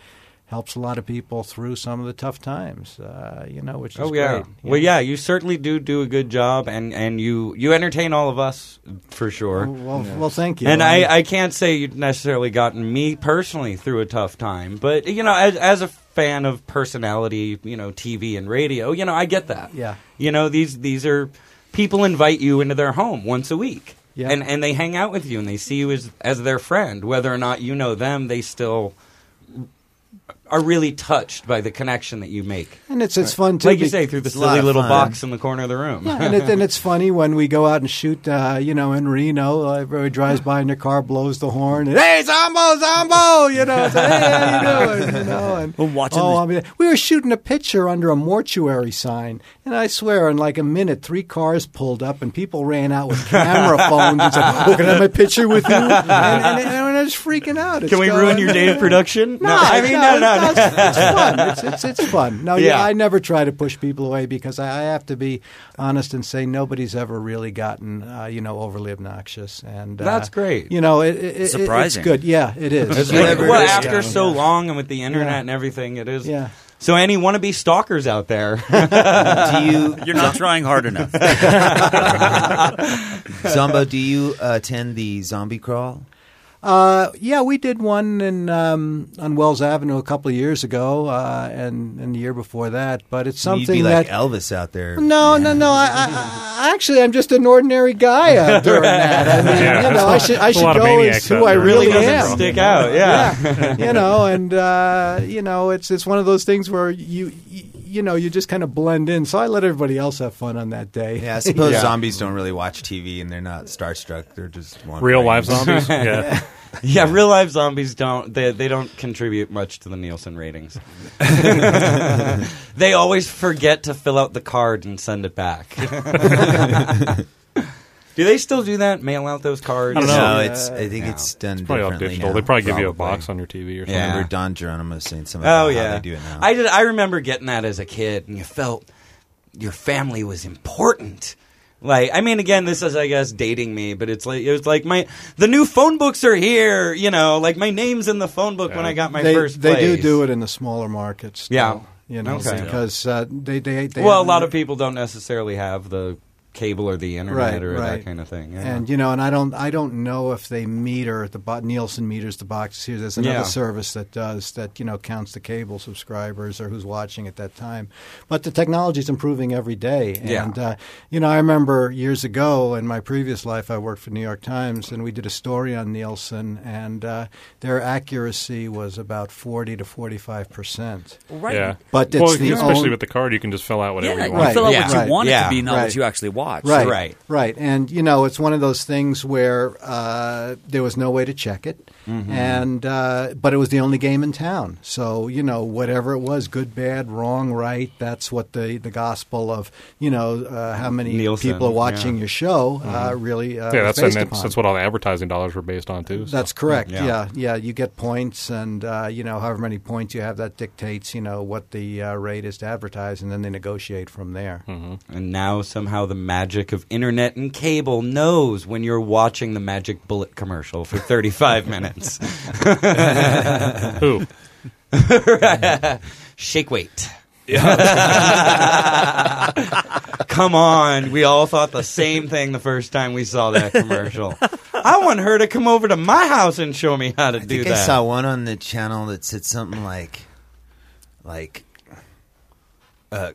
K: Helps a lot of people through some of the tough times, uh, you know, which is
D: Oh yeah.
K: great.
D: Well yeah, you certainly do do a good job and and you you entertain all of us for sure.
K: Well, well, thank you.
D: And
K: I mean-
D: I, I can't say you've necessarily gotten me personally through a tough time, but you know, as as a fan of personality, you know, TV and radio, you know, I get that.
K: Yeah.
D: You know, these these are people invite you into their home once a week.
K: Yeah.
D: And and they hang out with you and they see you as as their friend. Whether or not you know them, they still are really touched by the connection that you make.
K: And it's- it's fun, too,
D: Like you
K: be-
D: say, through the
K: It's a lot
D: silly
K: of
D: little
K: fun.
D: box in the corner of the room.
K: Yeah, and, it, and it's funny when we go out and shoot, uh, you know, in Reno, uh, everybody drives by in their car, blows the horn, and hey, Zombo, Zombo, Oh, you know, it's, hey, how you doing? You know, and,
H: watching
K: oh,
H: the-
K: I mean, we were shooting a picture under a mortuary sign, and I swear, in like a minute, three cars pulled up, and people ran out with camera phones and said, oh, can I have my picture with you? And, and, and everyone's freaking out. It's
D: Can we
K: going-
D: ruin your day of production?
K: No, I mean, no, no,
D: no.
K: It's, it's fun. It's, it's, it's fun. No, yeah.
D: Yeah.
K: I never try to push people away because I, I have to be honest and say nobody's ever really gotten, uh, you know, overly obnoxious. And uh,
D: That's great.
K: You know, it, it, it-
H: Surprising.
K: It's good. Yeah, it is.
D: It's like, well, after so long and with the internet and everything, it is.
K: Yeah.
D: So any wannabe stalkers out there?
F: Do you-
H: You're not trying hard enough.
F: Zombo, do you uh, attend the zombie crawl?
K: Uh, yeah, we did one in um, on Wells Avenue a couple of years ago, uh, and and the year before that. But it's
F: You'd
K: something
F: be like
K: that
F: Elvis out there.
K: No, no, no. I, I, I actually, I'm just an ordinary guy out during that. I mean,
D: Yeah.
K: you know, I should, I
D: There's a
K: should
D: lot of
K: go
D: maniacs
K: as who
D: out
K: I
D: there.
K: really
D: Really
K: am.
D: doesn't stick out, yeah.
K: you know, and uh, you know, it's it's one of those things where you, you, you know, you just kind of blend in. So I let everybody else have fun on that day.
F: Yeah, I suppose zombies don't really watch TV and they're not starstruck. They're just one
G: Real
F: brain.
G: live zombies? Yeah.
D: yeah, real life zombies don't. They they don't contribute much to the Nielsen ratings. they always forget to fill out the card and send it back. do they still do that? Mail out those cards?
F: I don't know. No, it's- I think it's done
G: probably all
F: differently
G: digital.
F: now,
G: They probably give you a
F: probably.
G: box on your TV or something.
F: I remember Don Geronimo saying something about
D: Oh
F: how
D: yeah,
F: they do it now.
D: I did. I remember getting that as a kid, and you felt your family was important. Like, I mean, again, this is, I guess, dating me, but it's like it was like my the new phone books are here. You know, like my name's in the phone book
F: Uh,
D: when I got my
K: they,
D: first.
K: They do
D: place.
K: do it in the smaller markets. still,
D: Yeah.
K: you know,
D: Okay.
K: because uh, they, they they
D: well, a
K: haven't-
D: lot of people don't necessarily have the cable or the internet or that kind of thing. yeah.
K: And you know, and I don't, I don't know if they meter the bo- Nielsen meters the boxes here. There's another
D: Yeah.
K: service that does that. You know, counts the cable subscribers or who's watching at that time. But the technology's improving every day.
D: Yeah.
K: And uh, you know, I remember years ago in my previous life, I worked for New York Times, and we did a story on Nielsen, and uh, their accuracy was about forty to forty-five percent.
H: Right.
G: Yeah.
K: But it's
G: well,
K: the
G: especially
K: own-
G: with the card, you can just fill out whatever
H: Yeah,
G: you
H: you
G: want.
H: fill out what you want it to be, not what you actually watch.
K: Right,
H: Right.
K: right, right. And you know, it's one of those things where uh, there was no way to check it,
N: Mhm.
K: and uh, but it was the only game in town. So you know, whatever it was, good, bad, wrong, right, that's what the the gospel of you know uh, how many
G: Nielsen,
K: people are watching
G: yeah.
K: your show uh,
G: Mhm.
K: really uh,
G: yeah,
K: was
G: that's, and
K: based
G: that's,
K: upon.
G: that's what all the advertising dollars were based on too. so.
K: That's correct. Yeah. yeah, You get points, and uh, you know, however many points you have, that dictates you know what the uh, rate is to advertise, and then they negotiate from there.
G: Mm-hmm.
D: And now somehow the magic of internet and cable knows when you're watching the Magic Bullet commercial for 35 minutes.
G: Who?
D: Shake weight. Come on, we all thought the same thing the first time we saw that commercial. I want her to come over to my house and show me how to
F: I
D: do
F: think
D: that.
F: I saw one on the channel that said something like, like, uh,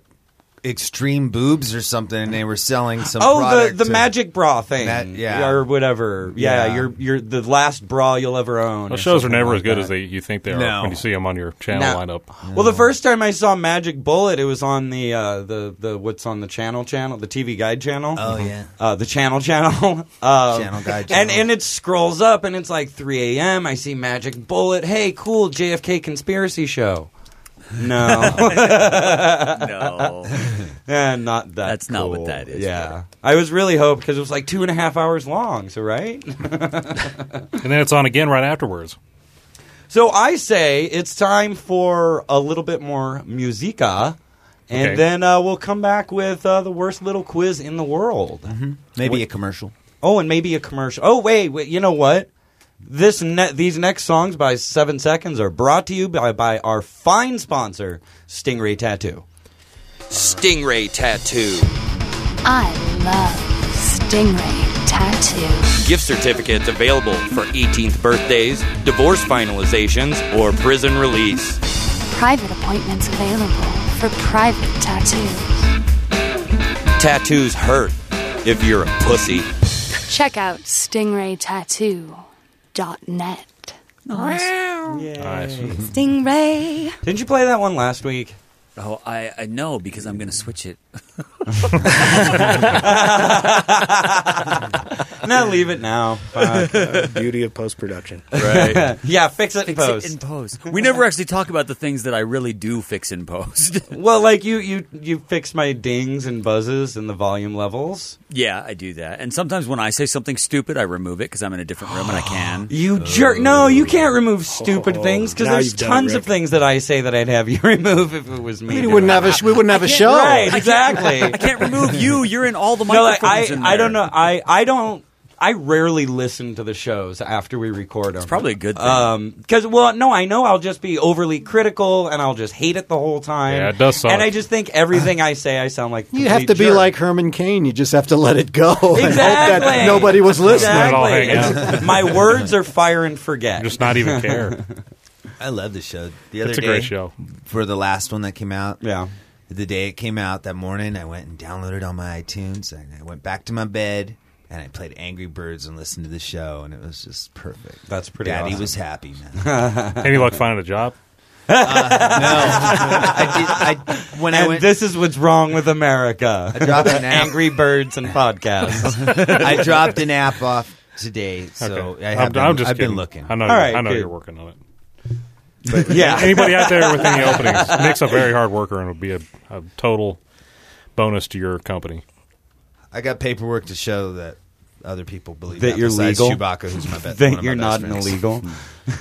F: extreme boobs or something, and they were selling some.
D: oh,
F: product
D: the, the
F: to-
D: magic bra thing,
F: yeah.
D: or whatever. Yeah,
F: Yeah.
D: you're you're the last bra you'll ever own. or
G: Those shows are
D: something
G: never
D: like
G: as good
D: that.
G: as they you think they are
D: No.
G: when you see them on your channel lineup.
D: Well, the first time I saw Magic Bullet, it was on the uh, the the what's on the channel channel, the TV Guide channel.
F: Oh, yeah.
D: uh, the channel channel. um,
F: Channel Guide
D: And and it scrolls up and it's like 3 a.m. I see Magic Bullet. Hey, cool JFK conspiracy show. No,
H: No.
D: Eh, not that.
H: That's not what
D: cool.
H: that is,
D: Yeah, I was really hoped because it was like two and a half hours long. So right.
G: and then it's on again right afterwards.
D: So I say it's time for a little bit more musica, and
G: Okay.
D: then uh, we'll come back with uh, the worst little quiz in the world.
F: Maybe
D: Wait-
F: a commercial.
D: Oh, and maybe a commercial. Oh, wait, wait you know what? This ne- these next songs by Seven Seconds are brought to you by, by our fine sponsor, Stingray Tattoo. Stingray Tattoo.
N: I love Stingray Tattoo.
D: Gift certificates available for 18th birthdays, divorce finalizations, or prison release.
N: Private appointments available for private tattoos.
D: Tattoos hurt if you're a pussy.
N: Check out stingraytattoo.net.
D: Nice.
N: Stingray.
D: Didn't you play that one last week?
H: Oh, I, I know because I'm going to switch it.
D: no, leave it now. Fuck.
M: Beauty of post production.
D: yeah, fix it in
H: Fix it
D: post.
H: in post. We never actually talk about the things that I really do fix in post.
D: well, like you, you, you fix my dings and buzzes and the volume levels.
H: yeah, I do that. And sometimes when I say something stupid, I remove it because I'm in a different room and I can.
D: You jerk! No, you can't remove stupid things because
H: Now
D: there's
H: you've done it,
D: tons of things that I say that I'd have you remove if it was me.
K: We
D: doing
K: wouldn't
D: it.
K: have a sh- we wouldn't have a
D: I can't-
K: show.
D: Right, exactly.
H: I can't remove you. You're in all the
D: no, like,
H: microphones
D: I,
H: in
D: I
H: there.
D: don't know. I, I don't. I rarely listen to the shows after we record them. It's
H: probably a good thing.
D: Um, Because, well, no, I know I'll just be overly critical and I'll just hate it the whole time.
G: Yeah, it does suck.
D: And I just think everything I say, I sound like a
I: You have
D: complete
I: to be
D: jerk.
I: like Herman Cain. You just have to let it go. and hope that
D: Exactly.
I: nobody was listening.
D: Exactly. It's- My words are fire and forget.
G: Just not even care.
F: I love the show. The other
G: It's a great
F: day,
G: show.
F: for the last one that came out.
D: Yeah.
F: The day it came out that morning, I went and downloaded on my iTunes, and I went back to my bed and I played Angry Birds and listened to the show, and it was just perfect.
D: That's pretty
F: Daddy
D: awesome.
F: was happy, man.
G: Any luck finding a job?
F: I did, I, when I
D: and
F: went,
D: this is what's wrong with America.
F: I dropped an app.
D: Angry Birds and podcasts.
F: I dropped an app off today, so
G: Okay.
F: I
G: I'm-
F: have been,
G: I'm just
F: I've been
G: kidding.
F: looking.
G: I know.
D: All right,
G: I know
D: good.
G: you're working on it.
D: yeah.
G: Anybody out there with any openings? Nick's a very hard worker and would be a, a total bonus to your company.
F: I got paperwork to show that other people believe
D: That
F: that
D: you're
F: besides
D: legal.
F: Chewbacca, who's my best.
D: That
F: one of my
D: you're not
F: best
D: an
F: friends.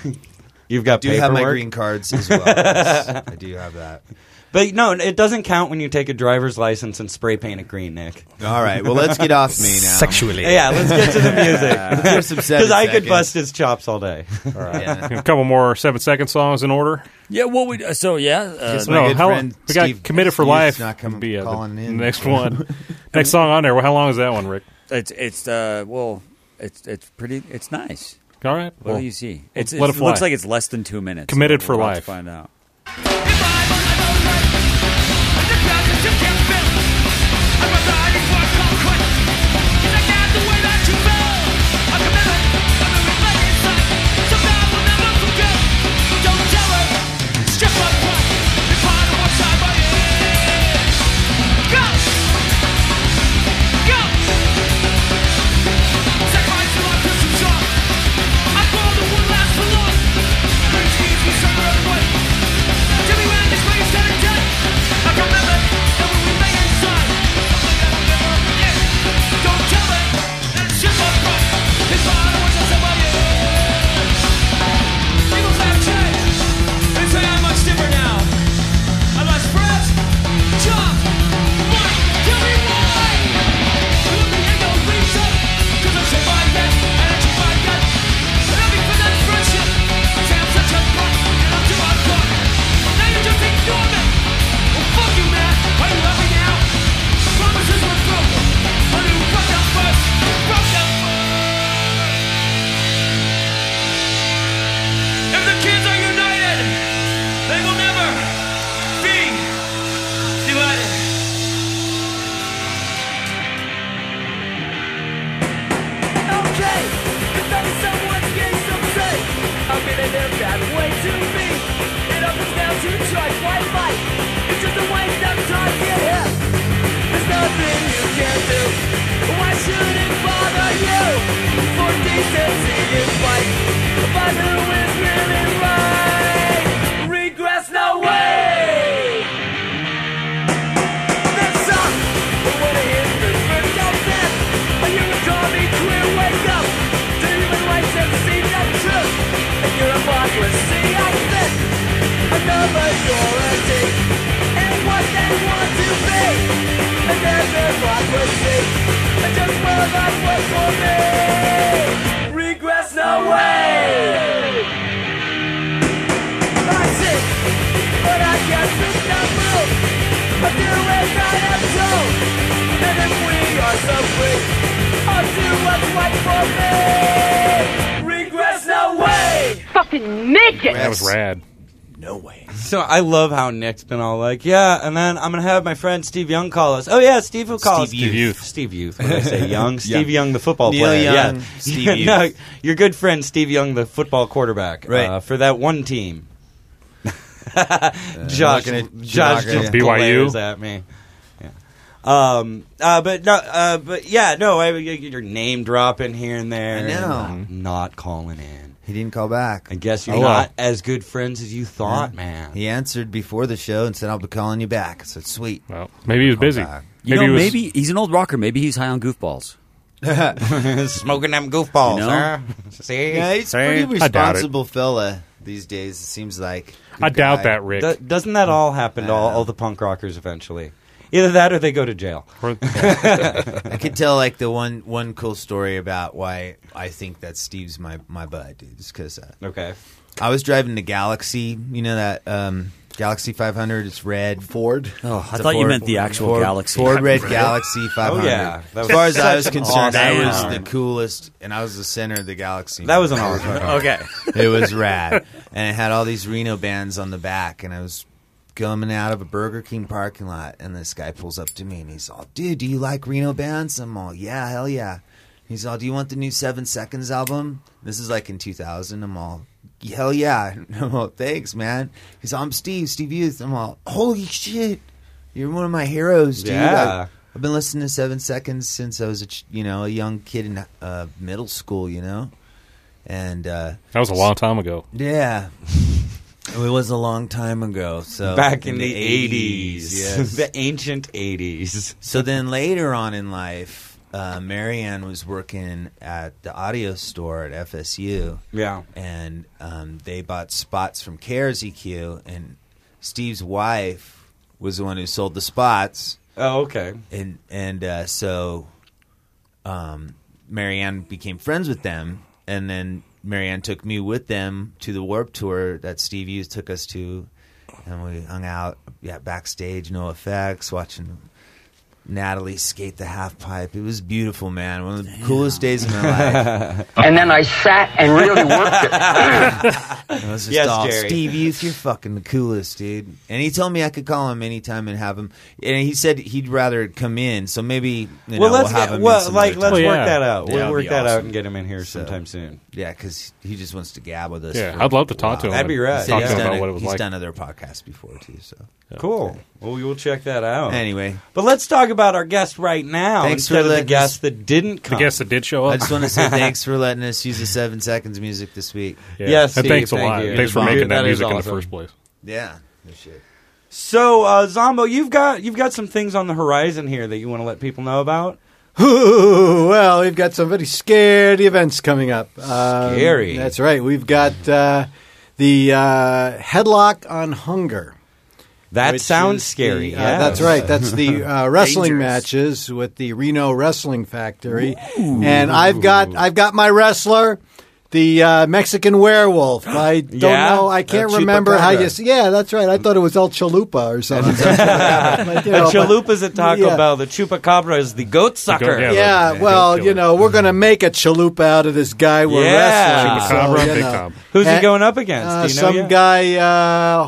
F: Hmm.
D: illegal. You've got
F: I do have my
D: paperwork.
F: green cards as well. Yes, I do have that.
D: But no, it doesn't count when you take a driver's license and spray paint it green, Nick.
F: All right, well, let's get off me now. Sexually.
D: Yeah, let's get to the music.
F: Here's some seven
D: Because I could
F: seconds.
D: bust his chops all day.
G: All right.
F: Yeah.
G: A couple more seven second songs in order.
H: Yeah, well, we, uh, so yeah. Uh,
F: Guess my good
G: how
F: friend
G: we got
F: Steve
G: committed for
F: Steve's
G: life.
F: not coming-
G: be uh, the
F: calling in.
G: next one. next song on there. Well, how long is that one, Rick?
H: it's, it's, uh, well, it's, it's pretty, it's nice.
G: All right.
H: What
G: well,
H: do you see?
G: well,
H: It's,
G: let
H: it's-
G: it
H: it looks
G: fly.
H: like it's less than two minutes.
G: Committed for
H: We'll have to
G: life.
H: Find out.
A: Tell me when this wave's said and done. I can remember that when we made
N: to see you fight. But who is really right? Regress no way. That song, but when it hits the first of death, you would call me queer. Wake up to human rights and see the truth. And your hypocrisy, I fit another majority. And what they want to be, and there's hypocrisy. And just where that was for me. Regress no way. I see, but I guess it's not proof. But there is not a proof that if we are so free, I'll do what's right for me. Regress no way. Fucking midget.
G: That was rad.
D: No way. So I love how Nick's been all like, yeah, and then I'm gonna have my friend Steve Young call us. Oh yeah, Steve will call us.
G: Steve Youth.
D: Steve Youth. What did I say? Young.
G: Young.
D: Steve Young, the football
G: Neil
D: player.
G: Young,
D: yeah.
G: Steve
D: Yeah,
G: Youth.
D: no, your good friend Steve Young, the football quarterback. Right. Uh, for that one team. Josh,
F: looking at
D: Josh
F: Jocko,
D: just
F: yeah. BYU.
D: glares at me. Yeah. Um. Uh. But no. Uh. But yeah. No. I, your name dropping here and there.
F: I know.
D: and Not calling in.
F: He didn't call back.
D: I guess you're
F: Oh, well.
D: not as good friends as you thought, man.
F: He answered before the show and said, I'll be calling you back. So sweet. Uh,
G: Well, maybe he was busy.
H: You know, maybe he's an old rocker. Maybe he's high on goofballs.
D: Smoking them goofballs,
H: You know?
D: huh? See?
F: Yeah, he's a
H: Say-
F: pretty
H: I doubt it.
F: responsible fella these days, it seems like. Good guy.
D: Do- doesn't that all happen to all, all the punk rockers eventually? Either that or they go to jail.
F: I could tell like the one one cool story about why I think that Steve's my my bud is because uh,
D: okay,
F: I was driving the Galaxy, you know that um, Galaxy 500. It's red Ford.
H: Oh, I
F: It's a
H: thought you
F: Ford-
H: meant the actual
F: Ford-
H: Galaxy.
F: Ford Red
H: Red.
F: Galaxy
H: Oh,
F: 500.
H: yeah. That
F: as
H: was
F: far as I
H: such
F: was
H: an
F: concerned, I
H: awesome
F: was
H: car.
F: the coolest, and I was the center of the galaxy.
D: That was an awesome car. Okay.
F: it was rad, and it had all these Reno bands on the back, and I was coming out of a Burger King parking lot, and this guy pulls up to me, and he's all, "Dude, do you like Reno bands?" I'm all, "Yeah, hell yeah." He's all, "Do you want the new Seven Seconds album?" This is like in 2000. I'm all, "Hell yeah!" I'm all, "Thanks, man." He's all, "I'm Steve, Steve Youth." I'm all, "Holy shit, you're one of my heroes, dude."
D: Yeah.
F: I- I've been listening to Seven Seconds since I was a ch- you know a young kid in uh, middle school, you know, and uh,
G: That was a long time ago.
F: Yeah, it was a long time ago. So
D: Back in, the eighties,
F: yes.
D: the ancient eighties.
F: So then later on in life, uh, Marianne was working at the audio store at FSU.
D: Yeah.
F: And um, they bought spots from Cares EQ, and Steve's wife was the one who sold the spots.
D: Oh, okay.
F: And and uh, so um, Marianne became friends with them, and then Marianne took me with them to the Warp Tour that Steve Hughes took us to, and we hung out yeah backstage, no effects, watching Natalie skate the half pipe. It was beautiful, man. One of the coolest days of my life.
O: And then I sat and really worked it.
F: And I was just
O: Yes,
F: all,
O: Jerry.
F: Steve Youth, you're fucking the coolest, dude. And he told me I could call him anytime and have him. And he said he'd rather come in, so maybe you know,
D: well, let's
F: we'll have
D: get-
F: him.
D: well,
F: in some
D: like
F: other
D: let's
F: time. Oh,
D: work that out.
F: Yeah,
D: we'll
F: it'd
D: work
F: be
D: that out
F: awesome.
D: and get him in here
F: So-
D: sometime soon.
F: Yeah, because he just wants to gab with us.
D: Yeah,
F: for
D: I'd love to
F: a
D: talk
F: while.
D: to him That'd be and rad.
F: He's
D: talk to him
F: done
D: about
F: it-
D: what it was
F: he's
D: like.
F: done other podcasts before too. So
D: Cool. Well, we will check that out.
F: Anyway.
D: but let's talk about our guest right now
F: Thanks for
D: instead of the
F: letting us-
D: guest that didn't come.
F: I just want to say thanks for letting us use the seven seconds music this week.
D: Yes, Steve, thank you. That is awesome.
F: Yeah. No shit.
D: So, uh, Zombo, you've got you've got some things on the horizon here that you want to let people know about.
K: Ooh, well, we've got some very scary events coming up. Um,
D: Scary.
K: That's right. We've got uh, the uh, headlock on hunger.
D: That
K: which
D: sounds
K: is
D: scary,
K: the- uh,
D: yes.
K: That's right. That's the uh, wrestling matches with the Reno Wrestling Factory, and I've got I've got my wrestler, the uh, Mexican Werewolf. I don't
P: Yeah?
K: know. I can't
P: El
K: remember how you.
P: Chupacabra.
K: s- Yeah, that's right. I thought it was El Chalupa or something. But, you
D: the
K: know, but-
D: chalupa's at Taco
K: yeah.
D: Bell. The chupacabra is the goat sucker.
K: Yeah, well, you know, we're going to make a chalupa out of this guy we're
D: Yeah.
K: wrestling.
D: Chupacabra,
K: you
D: Big
K: know.
D: Tom. Who's he
K: And,
D: going up against?
K: uh,
D: Do you know
K: some
D: yet?
K: guy, uh,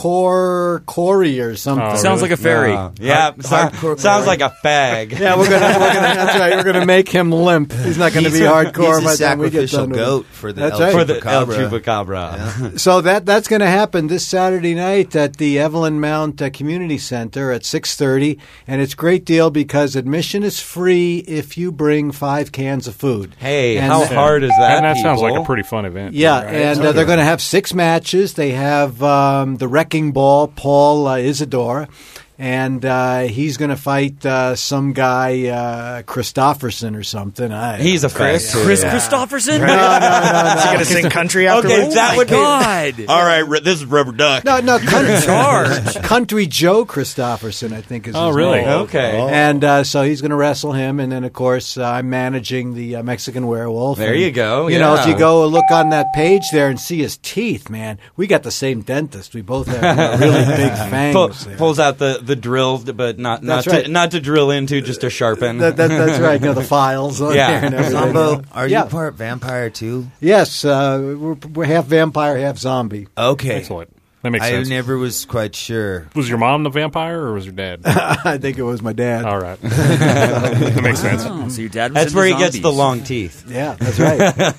K: hardcore Corey or something.
D: Sounds like a fairy. No. Yeah, so- sounds like a fag.
K: yeah, we're gonna, we're gonna. That's right. We're gonna make him limp. He's not gonna be hardcore by the time we get done. with him.
F: vote for the
K: That's
F: El
K: right.
D: for the El
F: Chupacabra.
D: Chupacabra.
K: so that that's going to happen this Saturday night at the Evelyn Mount uh, Community Center at 6:30 and it's a great deal because admission is free if you bring 5 cans of food.
D: Hey,
K: And
D: how
K: th-
D: hard is that?
G: And that sounds like
D: people?
G: a pretty fun event.
K: Yeah, and uh, they're going to have six matches. They have um, the Wrecking Ball, Paul uh, Isidore, and uh, he's going to fight uh, some guy, uh, Christofferson or something. I
D: He's a
K: Chris-
D: Chris.
K: Chris Yeah.
H: Christofferson?
K: No, no, no, no.
H: Is he gonna sing country after
D: Okay,
H: all?
D: that
H: Oh
D: would
H: my
D: be.
H: God.
D: All right, Ri- this is Rubber Duck.
K: No, no, country,
D: charge.
K: country Joe Christofferson, I think is.
D: Oh,
K: his
D: really?
K: name.
D: Okay. Oh.
K: And uh, so he's going to wrestle him, and then of course uh, I'm managing the uh, Mexican Werewolf.
D: There
K: And,
D: you go,
K: You know,
D: yeah.
K: if you go look on that page there and see his teeth, man, we got the same dentist. We both have you know, really big fangs.
D: Pull- pulls out the the drill, but not not
K: That's
D: to,
K: right.
D: not to drill into, just to sharpen.
K: That- that- that's right. You know, the files on there
D: yeah.
K: and everything.
F: Zombo, are
K: Yeah.
F: you part vampire too?
K: Yes, uh, we're, we're half vampire, half zombie.
F: Okay.
G: Excellent. That makes
F: I
G: sense.
F: never was quite sure.
G: Was your mom the vampire or was your dad?
K: I think it was my dad.
G: All right. that makes sense.
H: Oh, So your dad was
D: That's
H: into
D: where he gets the
H: zombies.
D: long teeth.
K: Yeah, that's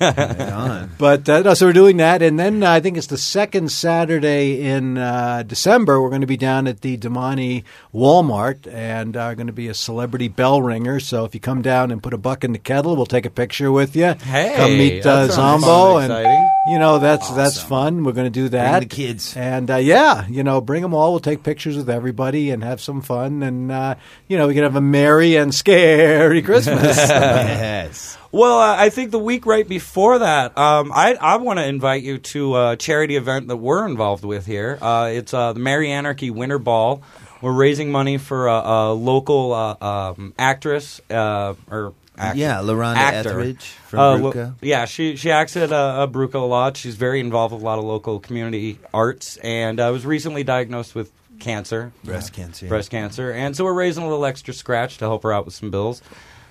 K: right. but uh, no, so we're doing that, and then uh, I think it's the second Saturday in uh, December. We're going to be down at the Damani Walmart, and uh, going to be a celebrity bell ringer. So if you come down and put a buck in the kettle, we'll take a picture with you.
D: Hey,
K: come meet
D: that
K: uh,
D: sounds
K: Zombo,
D: fun and
K: and
D: exciting.
K: you know that's that's fun. We're going to do that.
F: the kids.
K: and uh, yeah, you know, bring them all. We'll take pictures with everybody and have some fun, and uh, you know, we can have a merry and scary Christmas.
F: Yes.
D: Well, uh, I think the week right before that, um, I, I want to invite you to a charity event that we're involved with here. Uh, it's uh, the Mary Anarchy Winter Ball. We're raising money for a, a local uh, um, actress uh, or actor,
F: Yeah, LaRonda
D: actor.
F: Etheridge from
D: Uh, lo-
F: Bruca.
D: yeah, she she acts at uh, uh, Bruca a lot. She's very involved with a lot of local community arts, and uh, was recently diagnosed with cancer,
F: Breast cancer.
D: breast cancer, and so we're raising a little extra scratch to help her out with some bills.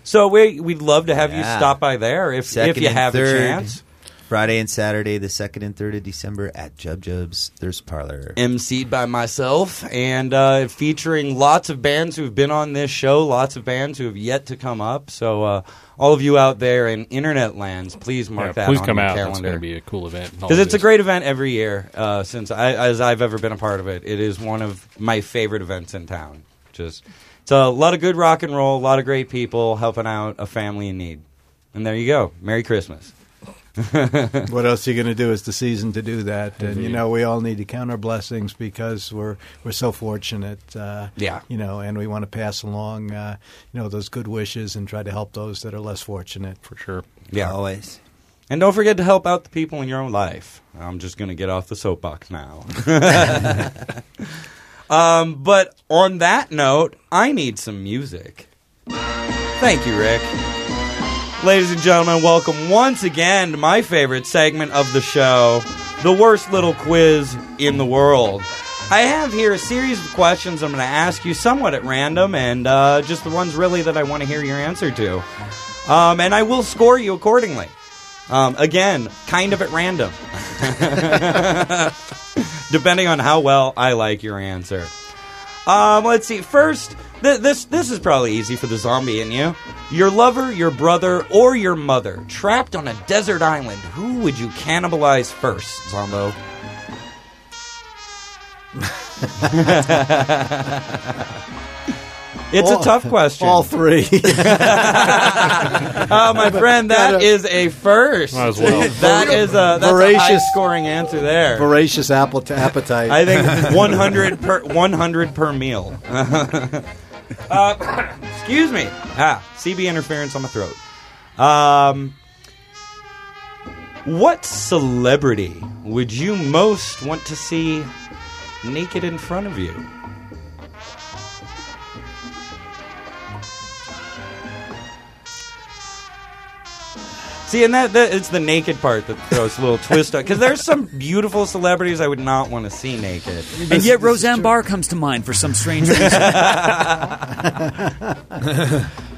D: So we we'd love to have you
F: Yeah.
D: stop by there if
F: Second
D: if you
F: and
D: have
F: third,
D: a chance.
F: Friday and Saturday, the second and third of December at Jub Jub's Thirst Parlor.
D: MC'd by myself and uh, featuring lots of bands who've been on this show, lots of bands who have yet to come up. So uh, all of you out there in internet lands, please mark
G: Yeah,
D: that.
G: please
D: on
G: come
D: your
G: out. That's
D: Calendar.
G: gonna be a cool event.
D: because it's a great event every year. Uh, since I, as I've ever been a part of it, it is one of my favorite events in town. Just it's a lot of good rock and roll, a lot of great people helping out a family in need. And there you go. Merry Christmas.
K: what else are you going to do? It's the season to do that, and you
G: Indeed.
K: know we all need to count our blessings because we're we're so fortunate. Uh,
D: Yeah.
K: you know, and we want to pass along uh, you know those good wishes and try to help those that are less fortunate.
G: For sure.
F: Oh,
D: Yeah.
F: Always.
D: And don't forget to help out the people in your own life. I'm just going to get off the soapbox now. um, but on that note, I need some music. Thank you, Rick. Ladies and gentlemen, welcome once again to my favorite segment of the show the worst little quiz in the world. I have here a series of questions I'm going to ask you somewhat at random, and uh, just the ones really that I want to hear your answer to. Um, and I will score you accordingly. Um, again, kind of at random, depending on how well I like your answer. Um, let's see. First, th- this this is probably easy for the zombie in you. Your lover, your brother, or your mother trapped on a desert island. Who would you cannibalize first, Zombo? it's
K: All-
D: a tough question.
K: All three.
D: oh, my friend, that is a first.
G: Might as well.
D: That is a that's a high
K: Voracious-
D: scoring answer there.
K: Voracious apple to appetite.
D: I think 100 per 100 per meal. uh, excuse me. Ah, CB interference on my throat. Um, what celebrity would you most want to see naked in front of you? See, and that, that it's the naked part that throws a little twist on because there's some beautiful celebrities I would not want to see naked.
H: And yet Roseanne Barr comes to mind for some strange reason.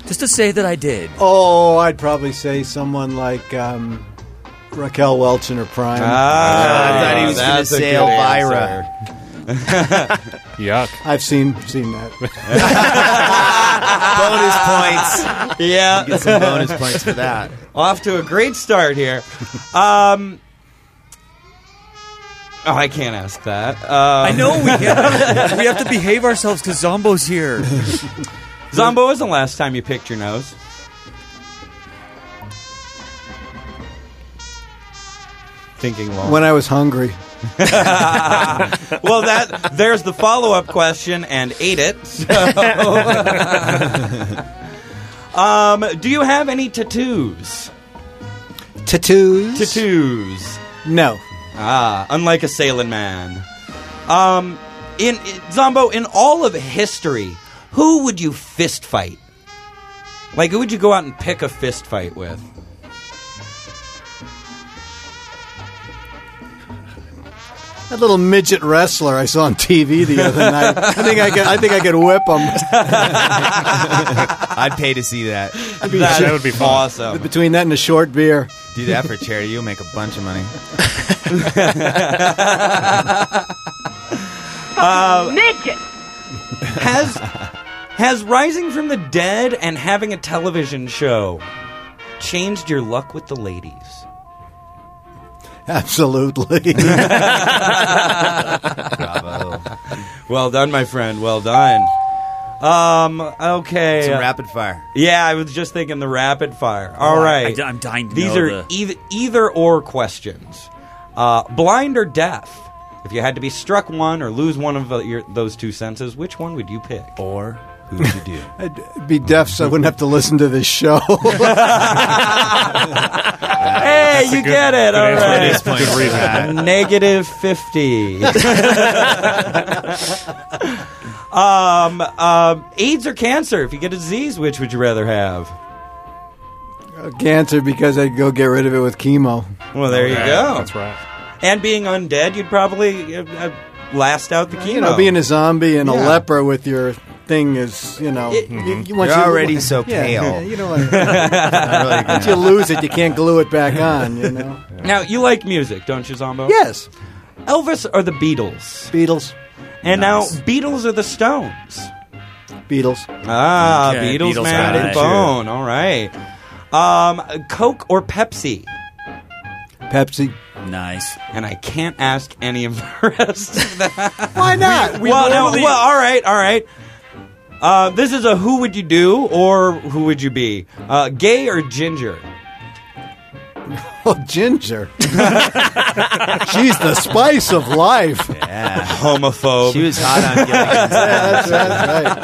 H: Just to say that I did.
K: oh, I'd probably say someone like um, Raquel Welch in her prime.
D: Ah,
F: Uh, I thought he was gonna
D: Uh, that's a
F: say
D: good
F: Elvira.
D: answer.
G: Yuck.
K: I've seen seen that.
F: bonus points.
D: Yeah.
F: You get some bonus points for that.
D: Off to a great start here. Um, oh, I can't ask that. Um, I
H: know we can't. we have to behave ourselves because Zombo's here.
D: Zombo was the last time you picked your nose. Thinking long.
K: When I was hungry.
D: well, that there's the follow up question and ate it. so. um, do you have any tattoos?
K: Tattoos?
D: Tattoos.
K: No.
D: Ah, unlike a sailing man. Um, in, in Zombo, in all of history, who would you fist fight? Like, who would you go out and pick a fist fight with?
K: That little midget wrestler I saw on TV the other night. I think I could. I think I could whip him.
F: I'd pay to see that.
K: That'd be That ju- would be fun.
D: awesome.
K: Between that and a short beer.
F: Do that for charity. You'll make a bunch of money.
D: Um,
N: Midget!
D: has has rising from the dead and having a television show changed your luck with the ladies?
K: Absolutely.
D: Bravo. Well done, my friend. Well done. Um. Okay.
F: Some rapid fire.
D: Yeah, I was just thinking the rapid fire. All
H: Oh, I-
D: right.
H: I- I'm dying to
D: These
H: know
D: are
H: the-
D: either, either or questions. Uh, blind or deaf? If you had to be struck one or lose one of uh, your, those two senses, which one would you pick?
F: Or who would you do?
K: I'd be deaf, so I wouldn't have to listen to this show.
D: hey, you get it.
K: good
D: All
K: answer at
D: right.
K: this point. Good reason.
D: Negative 50. um, um, AIDS or cancer? If you get a disease, which would you rather have?
K: Cancer because I'd go get rid of it with chemo.
D: Well, there you
K: Right,
D: go.
K: that's
G: right.
D: And being undead, you'd probably uh, uh, last out the chemo.
K: You know, being a zombie and
D: Yeah.
K: a leper with your thing is, you know, you, you-
F: You're
K: once you-
F: already so
K: Yeah,
F: pale.
K: yeah, you know, like, once you lose it, you can't glue it back on. You know,
D: Now, you like music, don't you, Zombo?
K: Yes.
D: Elvis or the Beatles?
K: Beatles.
D: And now, Beatles or the Stones?
K: Beatles.
D: Ah,
K: Okay,
D: Beatles,
K: Beatles
D: man
K: got
D: and
K: it.
D: bone. All right. Um, Coke or Pepsi?
K: Pepsi.
H: Nice.
D: And I can't ask any of the rest of that.
K: Why not? Ah, We- we
D: well, no,
K: literally-
D: well, all right, all right. Uh, this is a who would you do or who would you be? Uh, gay or ginger?
K: Oh, ginger. She's the spice of life.
F: Yeah.
D: Homophobe.
F: She was hot on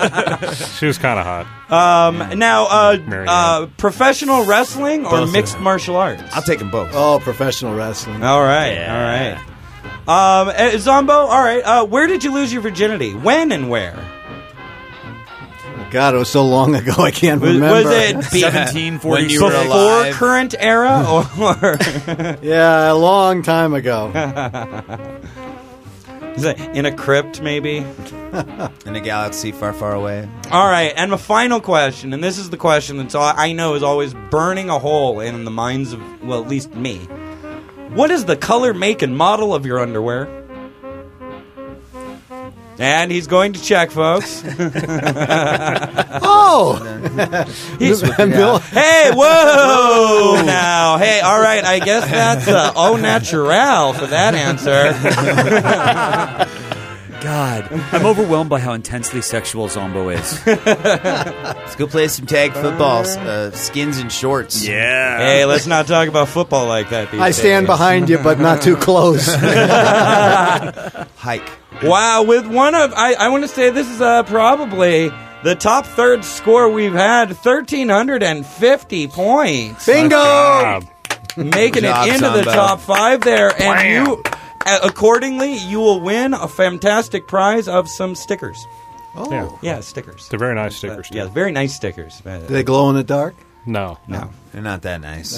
F: Gilligan's
K: That's-
G: she was kind of hot.
D: Um, now, uh,
G: Marianne.
D: uh, professional wrestling or
G: Both of
D: mixed martial arts? I'll
F: take them both.
K: Oh, professional wrestling.
D: All right, all right. Um, eh, Zombo, all right. Uh, where did you lose your virginity? When and where?
K: God, it was so long ago. I can't
D: Was,
K: remember.
D: was it be- before current era or
K: yeah, a long time ago.
D: Is it in a crypt maybe?
F: In a galaxy far, far away.
D: All right, and my final question, and this is the question that's all I know is always burning a hole in the minds of well, at least me. What is the color, make, and model of your underwear? And he's going to check, folks.
K: oh,
D: He's
K: And Bill-
D: Hey, whoa! now, hey, all right. I guess that's uh, au naturel for that answer.
H: God, I'm overwhelmed by how intensely sexual Zombo is.
F: Let's go play some tag football. Uh, skins and shorts.
H: Yeah.
D: hey, let's not talk about football like that. These
K: I stand
D: days.
K: behind you, but not too close.
F: Hike.
D: Wow, with one of I, I want to say this is uh, probably the top third score we've had, thirteen hundred and fifty points.
K: Bingo!
D: Making
K: Good job,
D: it into the
K: Samba.
D: top five there, and
K: Wham!
D: you uh, accordingly you will win a fantastic prize of some stickers.
K: Oh.
G: Yeah.
D: yeah, stickers.
G: They're very nice stickers.
D: Yeah, very nice stickers.
K: Do they glow in the dark?
G: No,
D: no,
F: they're not that nice.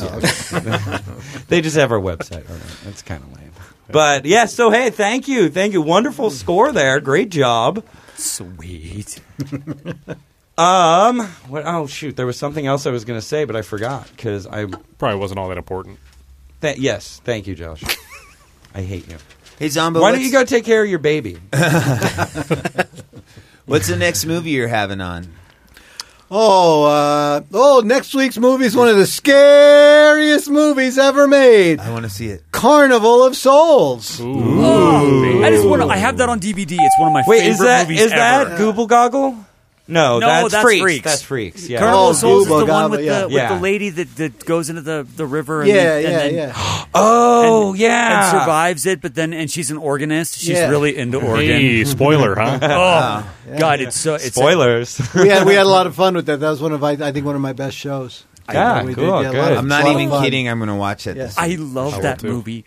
D: they just have our website. All right, that's kind of lame. But yeah, so hey, thank you, thank you. Wonderful score there. Great job.
H: Sweet.
D: Um. What, oh shoot, there was something else I was going to say, but I forgot because I
G: probably wasn't all that important.
D: That yes, thank you, Josh. I hate you.
F: Hey, Zombo,
D: Why don't
F: what's-
D: you go take care of your baby?
F: What's the next movie you're having on?
K: Oh, uh, oh! Next week's movie is one of the scariest movies ever made. I
F: want to see it.
K: Carnival of Souls.
H: Oh, I just want to. I have that on DVD. It's one of my
D: Wait,
H: favorite
D: is that
H: movies
D: is that
H: ever.
D: Google Goggle? No,
H: no,
D: that's, freaks. That's freaks. Yeah.
H: Carnival of Souls is the one with,
D: yeah.
H: the, with the lady that, that goes into the, the river. And
D: Yeah,
H: then,
D: yeah,
H: and then,
D: yeah. Oh,
H: and,
D: yeah.
H: and survives it. But then, and she's an organist. She's
K: Yeah.
H: really into
K: Hey,
H: organ.
K: spoiler, huh?
H: oh
K: Yeah.
H: God, it's so it's
D: Spoilers.
K: we had we had a lot of fun with that. That was one of I, I think one of my best shows. I, we did get a lot of-
F: I'm
K: a
F: not
K: lot of
F: even
K: fun.
F: kidding. I'm going to watch it.
K: Yeah.
F: this
K: I
F: week.
K: love
F: will
K: that
F: too.
H: movie.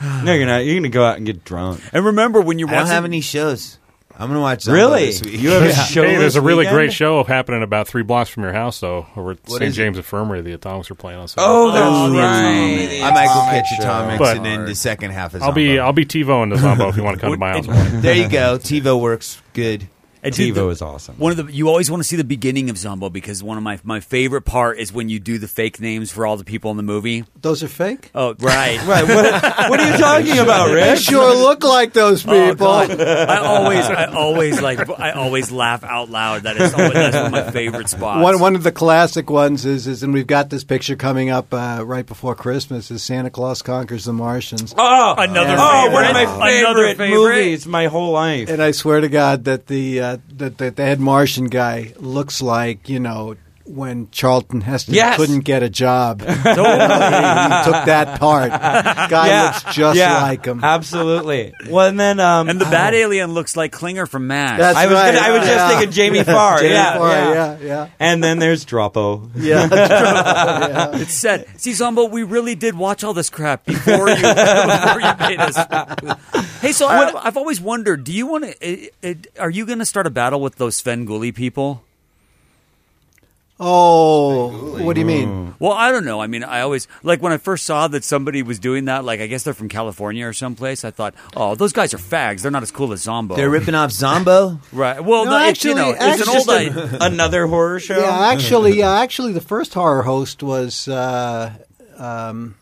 D: no, you're not. You're gonna go out and get drunk.
H: And remember when you're
F: I don't
D: watching-
F: have any shows. I'm going to watch Zombo
D: Really?
F: this week.
D: You have a
F: Yeah.
D: show
G: Hey, there's a
D: this
G: really
D: weekend?
G: great show happening about three blocks from your house, though, over at
F: What
G: St.
F: is it?
G: James Infirmary. The Atomics are playing on Saturday.
F: Oh, that's Oh, the right. Atomics. I might go catch
G: show.
F: Atomics
G: But-
F: and then the second half is
G: I'll be I'll be TiVo and the Zombo if you want to come to my house. one.
F: There you go. TiVo works good.
H: And dude, the- One of the you always want to see the beginning of Zombo because one of my my favorite part is when you do the fake names for all the people in the movie.
K: Those are fake.
H: Oh right,
K: Right, what- what are you talking
D: Oh,
K: about, Rick? They sure look like those
H: Oh,
K: people.
H: God. I always, I always like, I always laugh out loud. That is always, that's one of my favorite spots.
K: One one of the classic ones is is and we've got this picture coming up uh, right before Christmas is Santa Claus conquers the Martians.
D: Oh,
H: another
D: oh, one of
H: favorite.
D: my favorite,
H: Another favorite.
D: movies my whole life.
K: And I swear to God that the uh, that, that the head Martian guy looks like you know when Charlton Heston
D: Yes.
K: couldn't get a job. He took that part. Guy
D: Yeah.
K: looks just
D: Yeah.
K: like him.
D: Absolutely. Well, and then um,
H: and the bad alien looks like Klinger from Mash.
K: That's
D: I was
K: right.
D: gonna, I was just
K: Yeah.
D: thinking Jamie
K: Yeah.
D: Farr.
K: Jamie
D: yeah,
K: Farr,
D: yeah,
K: Oh, yeah, yeah.
D: And then there's Droppo.
K: Yeah.
H: it's sad. See, Zombo, we really did watch all this crap before you, before you made us. Hey, so I, I've always wondered: Do you want to? Are you going to start a battle with those Svengoolie people?
K: Oh, what do you mean?
H: Well, I don't know. I mean, I always like when I first saw that somebody was doing that. Like, I guess they're from California or someplace. I thought, oh, those guys are fags. They're not as cool as Zombo.
F: They're ripping off Zombo.
H: right. Well,
K: No,
H: no, it's, you know,
K: actually-
H: it's
K: actually-
H: an old
K: Just
H: i-
D: another horror show.
K: Yeah, actually, yeah, actually, the first horror host was uh, um,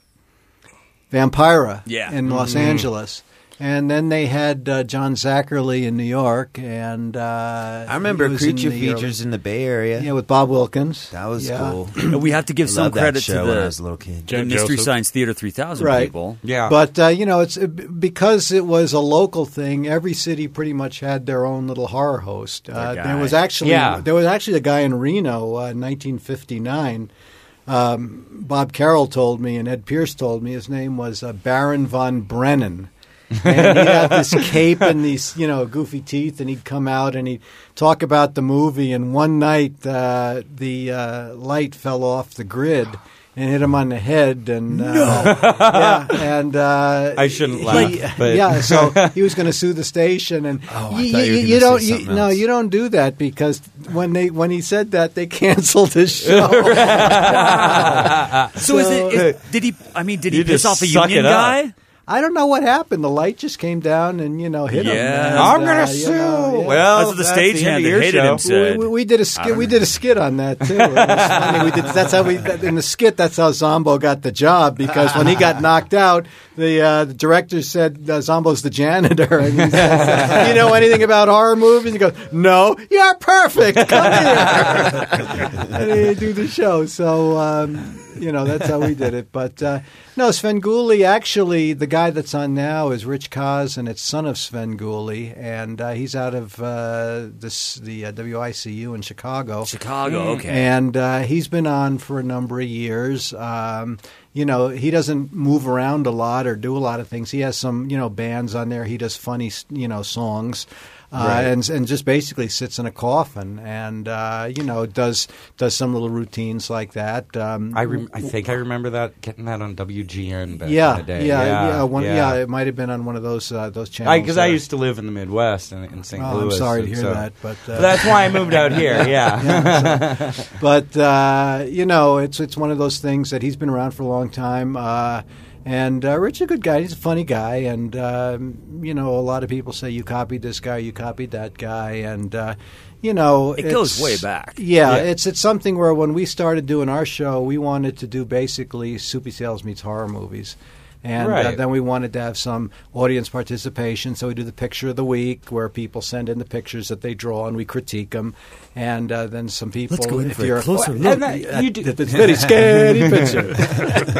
K: Vampira
Q: Yeah.
K: in Los
Q: Mhm.
K: Angeles. And then they had uh, John Zachary in New York, and uh,
F: I remember
K: he was in
F: Creature
K: the early-
F: Features in the Bay Area.
K: yeah, with Bob Wilkins.
F: That was
K: Yeah.
F: cool.
H: we have to give
F: I
H: some
F: loved that
H: credit
F: show
H: to the,
F: when I was a little kid.
H: the Mystery Science Theater three thousand
K: Right.
H: people.
K: But uh, you know, it's because it was a local thing. Every city pretty much had their own little horror host.
Q: Their
K: Uh, there
Q: guy.
K: was actually
Q: Yeah.
K: there was actually a guy in Reno, uh, 1959. Um, Bob Carroll told me, and Ed Pierce told me his name was uh, Baron von Brennan. and he had this cape and these, you know, goofy teeth, and he'd come out and he'd talk about the movie. And one night, uh, the uh, light fell off the grid and hit him on the head. And uh, yeah, and uh,
D: I shouldn't
K: he-
D: laugh, but-
K: yeah, so he was going to sue the station, and
F: oh,
K: you,
F: thought you were
K: you
F: gonna
K: don't,
F: say
K: you,
F: something
K: no,
F: else.
K: you don't do that because when they when he said that, they canceled his show.
H: So is it? Is, did he? I mean, did he
K: You
H: piss
K: just
H: off a
K: suck
H: union
K: it up.
H: guy?
K: I don't know what happened. The light just came down and you know hit him.
H: Yeah.
K: And,
H: I'm gonna
K: you
H: sue.
K: know, yeah.
H: Well, That's what the that's the stagehand end of that your hated show. him said.
K: We, we- we did a
H: I don't
K: skit. We did a skit on that too. It was funny. We did, that's how we that- in the skit. That's how Zombo got the job because when he got knocked out, the, uh, the director said uh, Zombo's the janitor. And he said, you know anything about horror movies? He goes, No, you're perfect. Come here. and they do the show. So, um, you know, that's how we did it. But uh, no, Svengoolie, actually, the guy that's on now is Rich Kaz, and it's son of Svengoolie, and uh, he's out of uh, this the uh, WICU in Chicago.
H: Chicago, okay.
K: And uh, he's been on for a number of years. Um, you know, he doesn't move around a lot or do a lot of things. He has some, you know, bands on there. He does funny, you know, songs. Uh,
Q: Right.
K: and and just basically sits in a coffin and uh, you know does does some little routines like that. Um,
D: I, rem- I think I remember that getting that on WGN back
K: yeah,
D: in the day.
K: yeah, yeah, one, yeah. It might have been on one of those uh, those channels.
D: Because I,
K: there.
D: used to live in the Midwest in, in St.
K: Oh, I'm
D: Louis.
K: sorry to
D: and
K: hear
D: so-
K: that, but uh,
D: that's why I moved out here. Yeah.
K: Yeah, so- but uh, you know, it's it's one of those things that he's been around for a long time. Uh, and uh, Rich's a good guy. He's a funny guy, and um, you know, a lot of people say you copied this guy, you copied that guy, and uh, you know,
H: It goes
K: it's-
H: way back.
K: Yeah,
H: Yeah.
K: it's it's something where when we started doing our show, we wanted to do basically Soupy Sales meets horror movies. And uh,
R: Right.
K: then we wanted to have some audience participation, so we do the picture of the week where people send in the pictures that they draw and we critique them. And uh, then some people.
R: go in
K: if
R: for a
K: you're,
R: closer
K: And
R: look
K: that-
R: at-
K: you
R: at
K: do-
R: this very scary picture.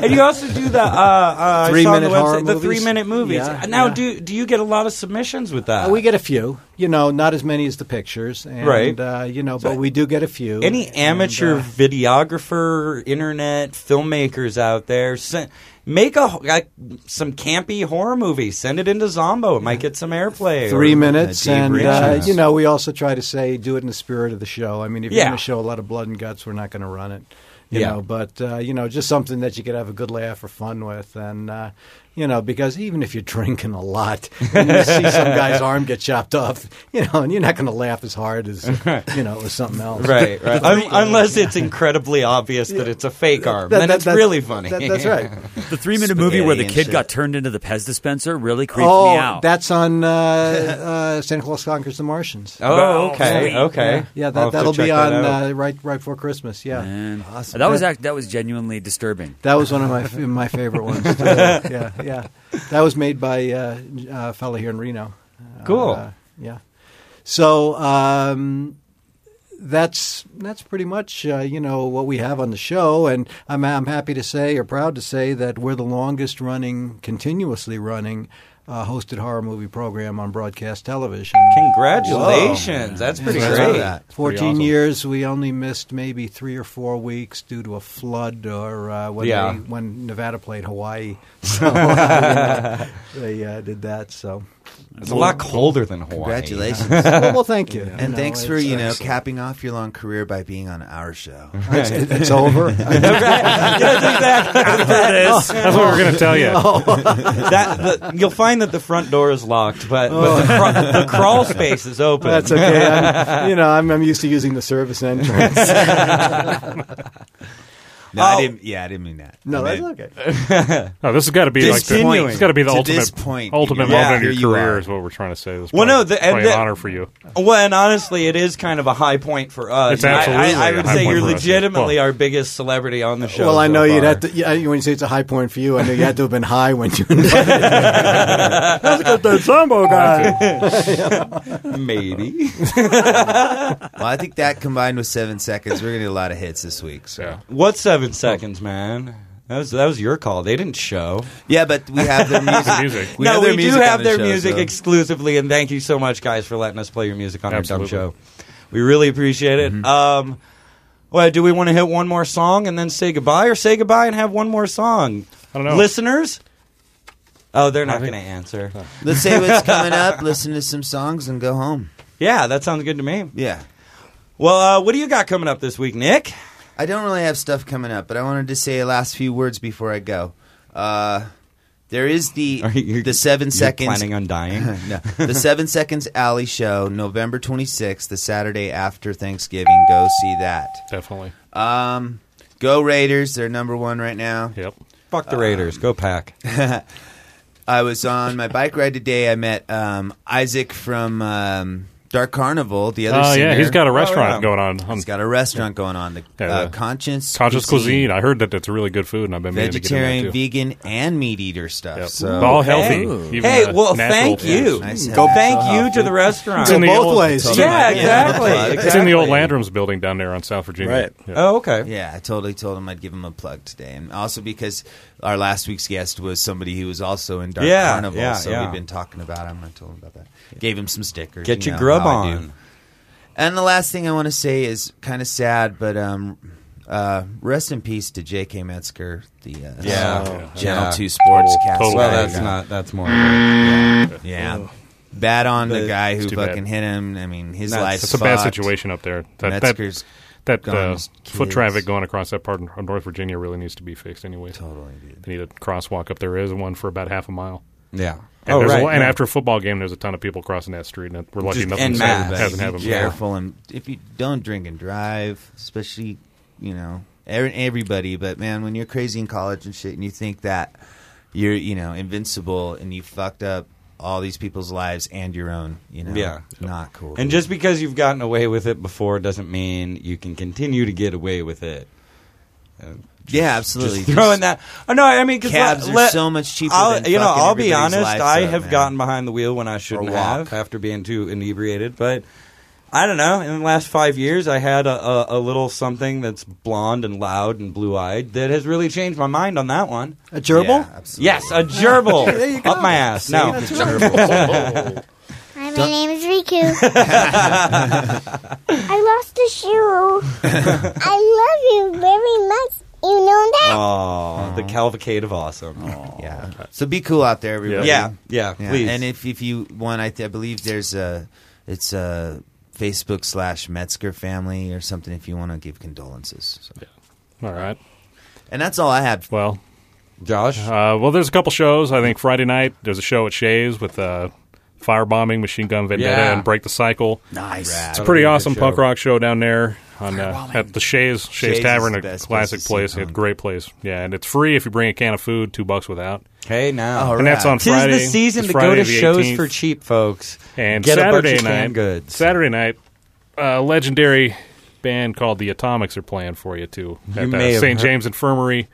D: and you also do the uh, uh,
K: Three
D: three minute
K: minute horror
D: the
K: movies?
D: three minute movies.
K: Yeah,
D: now,
K: yeah.
D: do do you get a lot of submissions with that?
K: Uh, we get a few, you know, not as many as the pictures, and,
D: Right.
K: Uh, you know, but we do get a few.
D: Any
K: And,
D: amateur
K: uh,
D: videographer, internet filmmakers out there, sen- make a h- like, some campy horror movie. Send it into Zombo. It might get some airplay.
K: three
D: or-
K: minutes, and uh,
D: Yeah.
K: you know, we also try to say do it in the spirit of the show. I mean, if you're
D: Yeah.
K: going to show a lot of blood and guts, we're not going to run it. You
D: Yeah.
K: know, but uh, you know, just something that you could have a good laugh or fun with, and uh, you know, because even if you're drinking a lot, and you see some guy's arm get chopped off, you know, and you're not going to laugh as hard as you know, as something else, uh,
D: Right, right. Un- unless it's incredibly obvious that it's a fake arm,
K: That-
D: then
K: that-
D: it's
K: that's-
D: really funny.
K: that- that's right.
H: The three minute movie where the
K: Spaghetti and
H: kid
K: shit.
H: got turned into the Pez dispenser really creeped
K: oh,
H: me out.
K: that's on uh, uh, Santa Claus Conquers the Martians.
H: Oh, okay,
K: Yeah.
H: okay.
K: Yeah, Yeah,
H: I'll
K: that,
H: have to
K: that'll be
H: check that
K: on
H: out.
K: uh, right right before Christmas. Yeah,
H: Man. That was act- that was genuinely disturbing.
K: That was one of my f- my favorite ones. Too. Yeah, yeah. That was made by uh, uh, a fellow here in Reno.
D: Cool.
K: Uh, yeah. So um, that's that's pretty much uh, you know what we have on the show, and I'm I'm happy to say or proud to say that we're the longest running, continuously running. Uh, hosted horror movie program on broadcast television.
D: Congratulations. That's pretty
K: Yeah,
D: great. That's pretty
K: 14
D: awesome.
K: years. We only missed maybe three or four weeks due to a flood or uh, when
D: Yeah.
K: they, when Nevada played Hawaii. So uh, you know, they uh, did that. So
D: It's a lot colder than Hawaii.
F: Congratulations.
K: well, well, thank you.
F: And
K: You
F: thanks
K: know,
F: for,
K: it's
F: you know,
K: excellent.
F: capping off your long career by being on our show.
K: It's, it's over.
G: That's what we're going to tell you.
D: that, the, you'll find that the front door is locked, but, but the, cra- the crawl space is open.
K: That's okay. I'm, you know, I'm, I'm used to using the service entrance.
F: No,
K: Oh.
F: I didn't. Yeah, I didn't mean that.
K: No,
F: I
K: that's
F: meant-
K: okay.
G: No, this has got to be like the,
F: Disappointing.
G: it's got to be the
F: To
G: ultimate
F: this point,
G: ultimate
F: yeah,
G: moment
F: here
G: of
F: you
G: your career
F: are.
G: is what we're trying to say. This
D: Well,
G: probably,
D: no, the,
G: probably
D: and the-
G: an honor for you.
D: Well, and honestly, it is kind of a high point for us.
G: It's
D: I- I-
G: absolutely
D: I,
G: a
D: would
G: high
D: say
G: point
D: you're
G: for us.
D: legitimately our biggest celebrity on the show.
K: well, I
D: so
K: know you'd
D: far.
K: have to. Yeah, when you say it's a high point for you, I know you had to have been high when you. Let's get the Zombo guy.
D: Maybe.
F: well, I think that combined with seven seconds, we're gonna get a lot of hits this week. So. Yeah.
D: What seven seconds, man? That was that was your call. They didn't show.
F: but we have their music. We
D: no,
F: have their
D: we
F: music
D: do
F: on
D: have
F: the
D: their
F: show,
D: music
F: so-
D: exclusively, and thank you so much, guys, for letting us play your music on
G: Absolutely.
D: our dumb show. We really appreciate it.
F: Mm-hmm.
D: Um, well, do we want to hit one more song and then say goodbye, or say goodbye and have one more song? I don't
F: know.
D: listeners. Oh, they're not going to answer.
F: Let's say what's coming up. Listen to some songs and go home.
D: Yeah, that sounds good to me.
F: Yeah.
D: Well, uh, what do you got coming up this week, Nick?
F: I don't really have stuff coming up, but I wanted to say a last few words before I go. Uh, there is the the seven seconds
D: planning on dying?
F: no, the seven seconds alley show, November twenty sixth, the Saturday after Thanksgiving. Go see that.
G: Definitely.
F: Um, go Raiders! They're number one right now.
G: Yep.
D: Fuck
F: Uh,
D: the Raiders. Go Pack.
F: I was on my bike ride today. I met um, Isaac from um, Dark Carnival. The other.
G: Oh, yeah,
F: singer.
G: he's got a restaurant going on.
F: He's got a restaurant going on. The uh, conscious
G: conscious cuisine. I heard that it's really good food, and I've been meaning to get in there,
F: vegetarian,
G: too.
F: vegan, and meat eater stuff. So
G: All healthy.
F: Ooh.
G: Even
D: Hey,
G: the
D: well,
G: natural
D: thank
G: foods.
D: you.
F: Nice
D: Go
F: health.
D: thank
F: Soft
D: you to
F: food.
D: the restaurant.
F: It's in Go the both old- ways, too.
D: Yeah,
F: Yeah.
D: exactly.
G: It's in
D: exactly.
G: the old Landrums building down there on South Virginia. Yeah.
D: Oh, okay.
F: Yeah, I totally told him I'd give him a plug today, and also because our last week's guest was somebody who was also in Dark
D: Yeah,
F: Carnival,
D: yeah,
F: so
D: yeah.
F: we've been talking about him. I told him about that. Gave him some stickers.
D: Get
F: you
D: your
F: know,
D: grub
F: how I do.
D: on.
F: And the last thing I want to say is kind of sad, but um, uh, rest in peace to J.K. Metzger, the uh,
D: Yeah.
F: Channel
D: Yeah.
F: Two Sports
D: Total-
F: cast.
D: total
F: guy.
D: Well, that's not- that's more-
F: Mm. Yeah.
D: Yeah.
F: Yeah. Bad on the
D: But-
F: guy
D: It's
F: who
D: too bad.
F: fucking hit him. I mean, his
G: That's-
F: life's
G: It's a bad
F: fucked.
G: situation up there. That
F: Metzger's
G: that, that
F: gone,
G: uh,
F: his
G: foot
F: kids.
G: traffic going across that part of North Virginia really needs to be fixed anyway.
F: Totally, dude.
G: They need a crosswalk up there. There Is one for about half a mile.
D: Yeah.
G: And,
D: Oh,
G: there's a
D: right,
G: lo- and
D: yeah.
G: after a football game, there's a ton of people crossing that street, and we're lucky
D: Just
G: nothing
D: en masse.
G: hasn't happened.
F: Be careful, and if you don't drink and drive, especially you know er- everybody. But man, when you're crazy in college and shit, and you think that you're you know invincible, and you fucked up all these people's lives and your own, you know,
D: Yeah.
F: not cool.
D: And just because you've gotten away with it before doesn't mean you can continue to get away with it.
F: yeah, absolutely.
D: Just throwing that. Oh, no, I mean, because
F: Cabs are so much cheaper
D: I'll,
F: than
D: you know,
F: fucking
D: I'll be
F: everybody's
D: honest.
F: life
D: I
F: up,
D: have
F: man.
D: gotten behind the wheel when I shouldn't
F: walk.
D: have after being too inebriated. But I don't know. In the last five years, I had a, a, a little something that's blonde and loud and blue eyed that has really changed my mind on that one.
I: A gerbil? Yeah,
D: yes, a gerbil.
I: There you go.
D: Up my ass.
I: See,
D: No,
I: that's right.
L: Hi, my
D: Don't-
L: name is Riku. I lost a shoe. I love you very much. You know
S: Uh,
L: that?
D: Oh, the Calvocade of awesome.
F: Yeah. So be cool out there, everybody.
D: Yeah. Yeah, please.
F: And if, if you want, I, th- I believe there's a it's a Facebook slash Metzger family or something. If you want to give condolences.
G: All right.
F: And that's all I had.
G: Well,
D: Josh.
G: Uh, well, there's a couple shows. I think Friday night there's a show at Shays with uh, firebombing, machine gun vendetta,
D: Yeah.
G: and break the cycle.
H: Nice.
G: It's a
D: That'll
G: pretty
D: be a good
G: awesome
D: show.
G: punk rock show down there on uh, at the Shays
D: Shays
G: Shays
D: is
G: Tavern,
D: the
G: a
D: best place
G: classic
D: to see
G: place, a
D: punk.
G: great place. Yeah, and it's free if you bring a can of food, two bucks without.
D: Hey now,
G: and that's on Friday.
D: Tis the season
G: It's
D: to
G: Friday
D: go to
G: the
D: shows
G: 18th.
D: for cheap, folks.
G: And
D: get
G: Saturday
D: a bunch of
G: night,
D: canned goods.
G: Saturday night, a legendary band called the Atomics are playing for you too
D: You
G: at
D: may have
G: the St.
D: heard-
G: James Infirmary.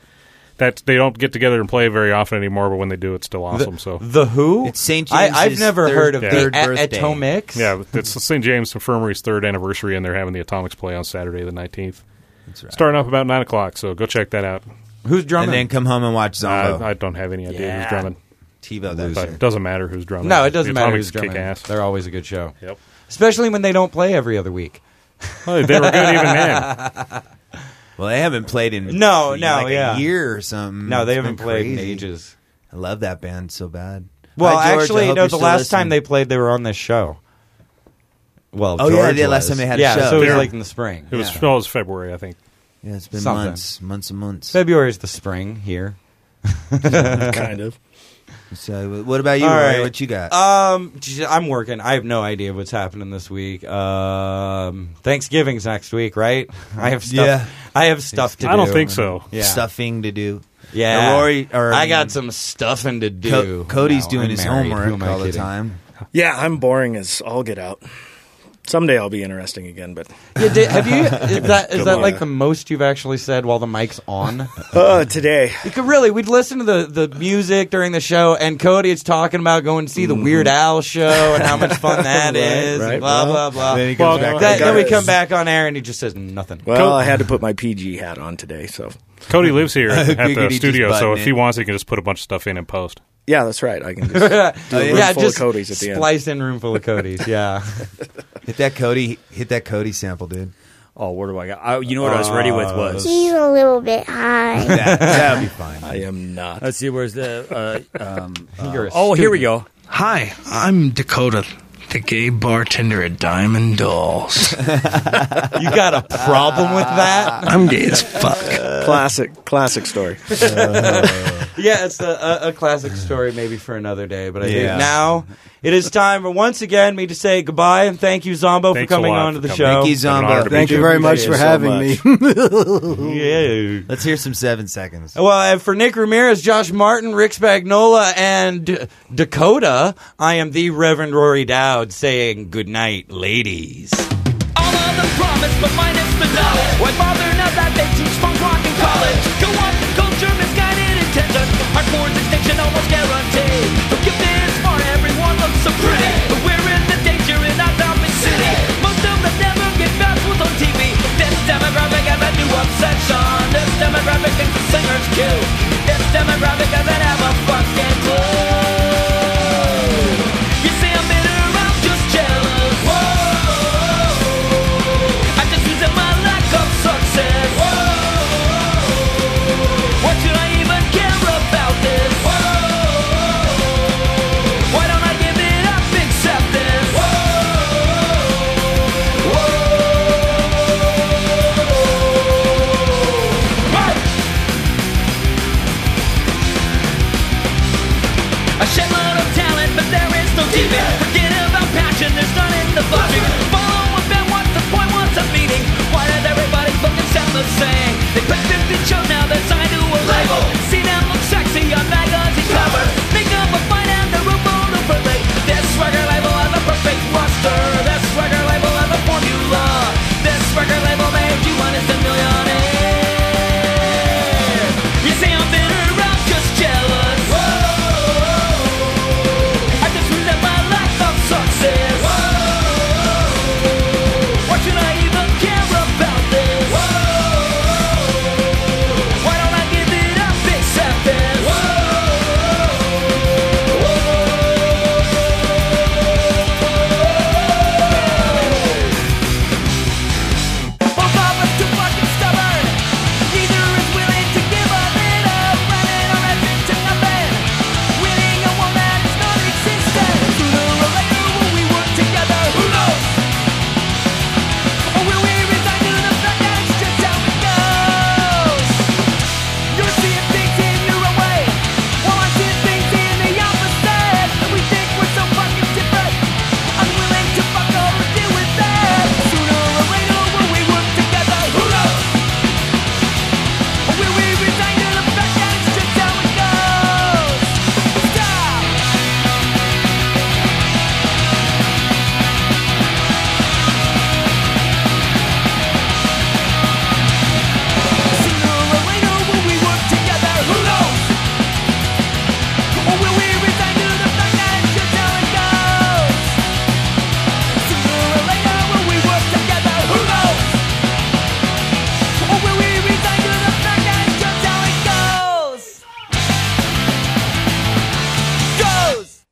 G: That they don't get together and play very often anymore, but when they do, it's still awesome. so
D: The Who? It's St. I- I've James's never third- heard of the
G: third
D: A- birthday. Atomics.
G: Yeah, but it's the St. James Infirmary's third anniversary, and they're having the Atomics play on Saturday the nineteenth. That's right. Starting up about nine o'clock, so go check that out.
D: Who's drumming?
F: And then come home and watch Zombo.
G: Uh, I don't have any idea
F: Yeah.
G: who's drumming.
F: Tebow, that
G: But
F: shit.
G: it doesn't matter who's drumming.
D: No, it doesn't
G: The
D: matter
G: Atomics
D: who's drumming.
G: Kick ass.
D: They're always a good show.
G: Yep.
D: Especially when they don't play every other week.
G: Oh, they were good even then.
F: Well, they haven't played in
D: No,
F: like
D: no,
F: a
D: yeah.
F: year or something.
D: No, they
F: Mm, It's
D: haven't
F: been
D: played in
F: crazy.
D: ages.
F: I love that band so bad.
D: Well,
F: Hi, George, I
D: actually,
F: hope
D: no.
F: you're
D: The
F: still
D: last
F: listening.
D: time they played, they were on this show. Well,
F: Oh, yeah,
D: George
F: they- last
D: was.
F: time they had a
D: yeah,
F: show.
D: so it was
F: Yeah.
D: like in the spring.
G: It was
D: Yeah.
G: well, it was February, I think.
F: Yeah, it's been
D: Something.
F: months, months and months.
D: February is the spring here.
F: Kind
M: of.
F: So, what about you?
D: All
F: Roy?
D: right.
F: What you got?
D: Um, j- I'm working. I have no idea what's happening this week. Um, Thanksgiving's next week, right? I have stuff.
F: Yeah.
D: I have stuff to do.
G: I don't think so.
D: Yeah.
F: Stuffing to do.
D: Yeah.
F: Now, Rory, or, um,
D: I got some stuffing to do.
F: Co- Cody's
D: No,
F: doing
D: I'm
F: his
D: married. Who
F: homework
D: am I
F: all the
D: kidding?
F: time.
M: Yeah, I'm boring as all get out. Someday I'll be interesting again, but
D: Yeah, did, have you? Is that is
M: Good
D: that
M: luck.
D: like the most you've actually said while the mic's on?
M: Uh, today.
D: You could really, we'd listen to the, the music during the show, and Cody is talking about going to see the Weird Al show and how much fun that is,
M: Mm-hmm. right,
D: and blah,
M: well,
D: blah, blah.
M: then he comes Well, back on
D: that- then we
M: guys.
D: come back on air, and he just says nothing.
M: Well, I had to put my PG hat on today, so
G: Cody lives here at
M: Giggity
G: the
M: just
G: studio, so
M: button
G: if
M: it.
G: he wants, he can just put a bunch of stuff in and post.
M: yeah, that's right. I can
D: yeah,
M: just do a room full
D: just
M: of Cody's at the end.
D: splice in room full of Cody's. Yeah,
F: Hit that Cody. Hit that Cody sample, dude.
H: Oh, where do I go? I, you know what I was ready with was.
K: Uh,
L: She's a little bit high.
F: that'll be fine.
M: I am not.
H: Let's see. Where's the? Uh, um, uh,
T: You're a
H: oh, here we go.
T: Hi, I'm Dakota, the gay bartender at Diamond Dolls.
D: you got a problem with that?
T: I'm gay as fuck.
M: Classic, classic story.
D: yeah, it's a, a, a classic story, maybe for another day. But I
M: Yeah.
D: think now it is time for once again me to say goodbye and thank you, Zombo,
F: Thanks
D: for
F: a
D: coming
F: lot
D: on to
F: for
D: the
F: coming.
D: show.
F: Thank you, Zombo.
I: Thank you very much for having me.
D: yeah.
F: Let's hear some seven seconds.
D: Well, and for Nick Ramirez, Josh Martin, Rick Spagnola, and D- Dakota, I am the Reverend Rory Dowd saying good night, ladies.
S: promise, but minus the knowledge. Why bother now that they teach punk rock in college? Go on, culture misguided intentions. Hardcore's extinction almost guaranteed. Forgiveness for everyone looks so pretty. But we're in the danger in our dominant city. Most of us never get back with on TV. This demographic has a new obsession. This demographic thinks the singer's cute. This demographic doesn't have a fucking clue. You say I'm bitter, I'm just jealous. Whoa, I just resent my lack of success. Whoa, what should I even care about this? Whoa, why don't I give it up, accept this? Whoa, whoa, Hey! A shitload of talent, but there is no TV. Forget about passion, there's none in the budget. Follow a band, what's the point, what's the meaning? Why does everybody fucking sound the same? They perfectly show now they're signed to a label. See them look sexy on magazine covers. Make up a fine and the room overlay. This record label has a perfect roster. This record label has a formula. This record label made you honest and millionaire.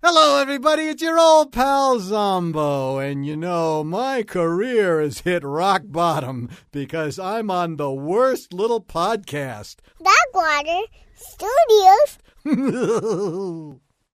K: Hello, everybody. It's your old pal Zombo. And you know, my career has hit rock bottom because I'm on the worst little podcast.
U: Backwater Studios.
K: Hello,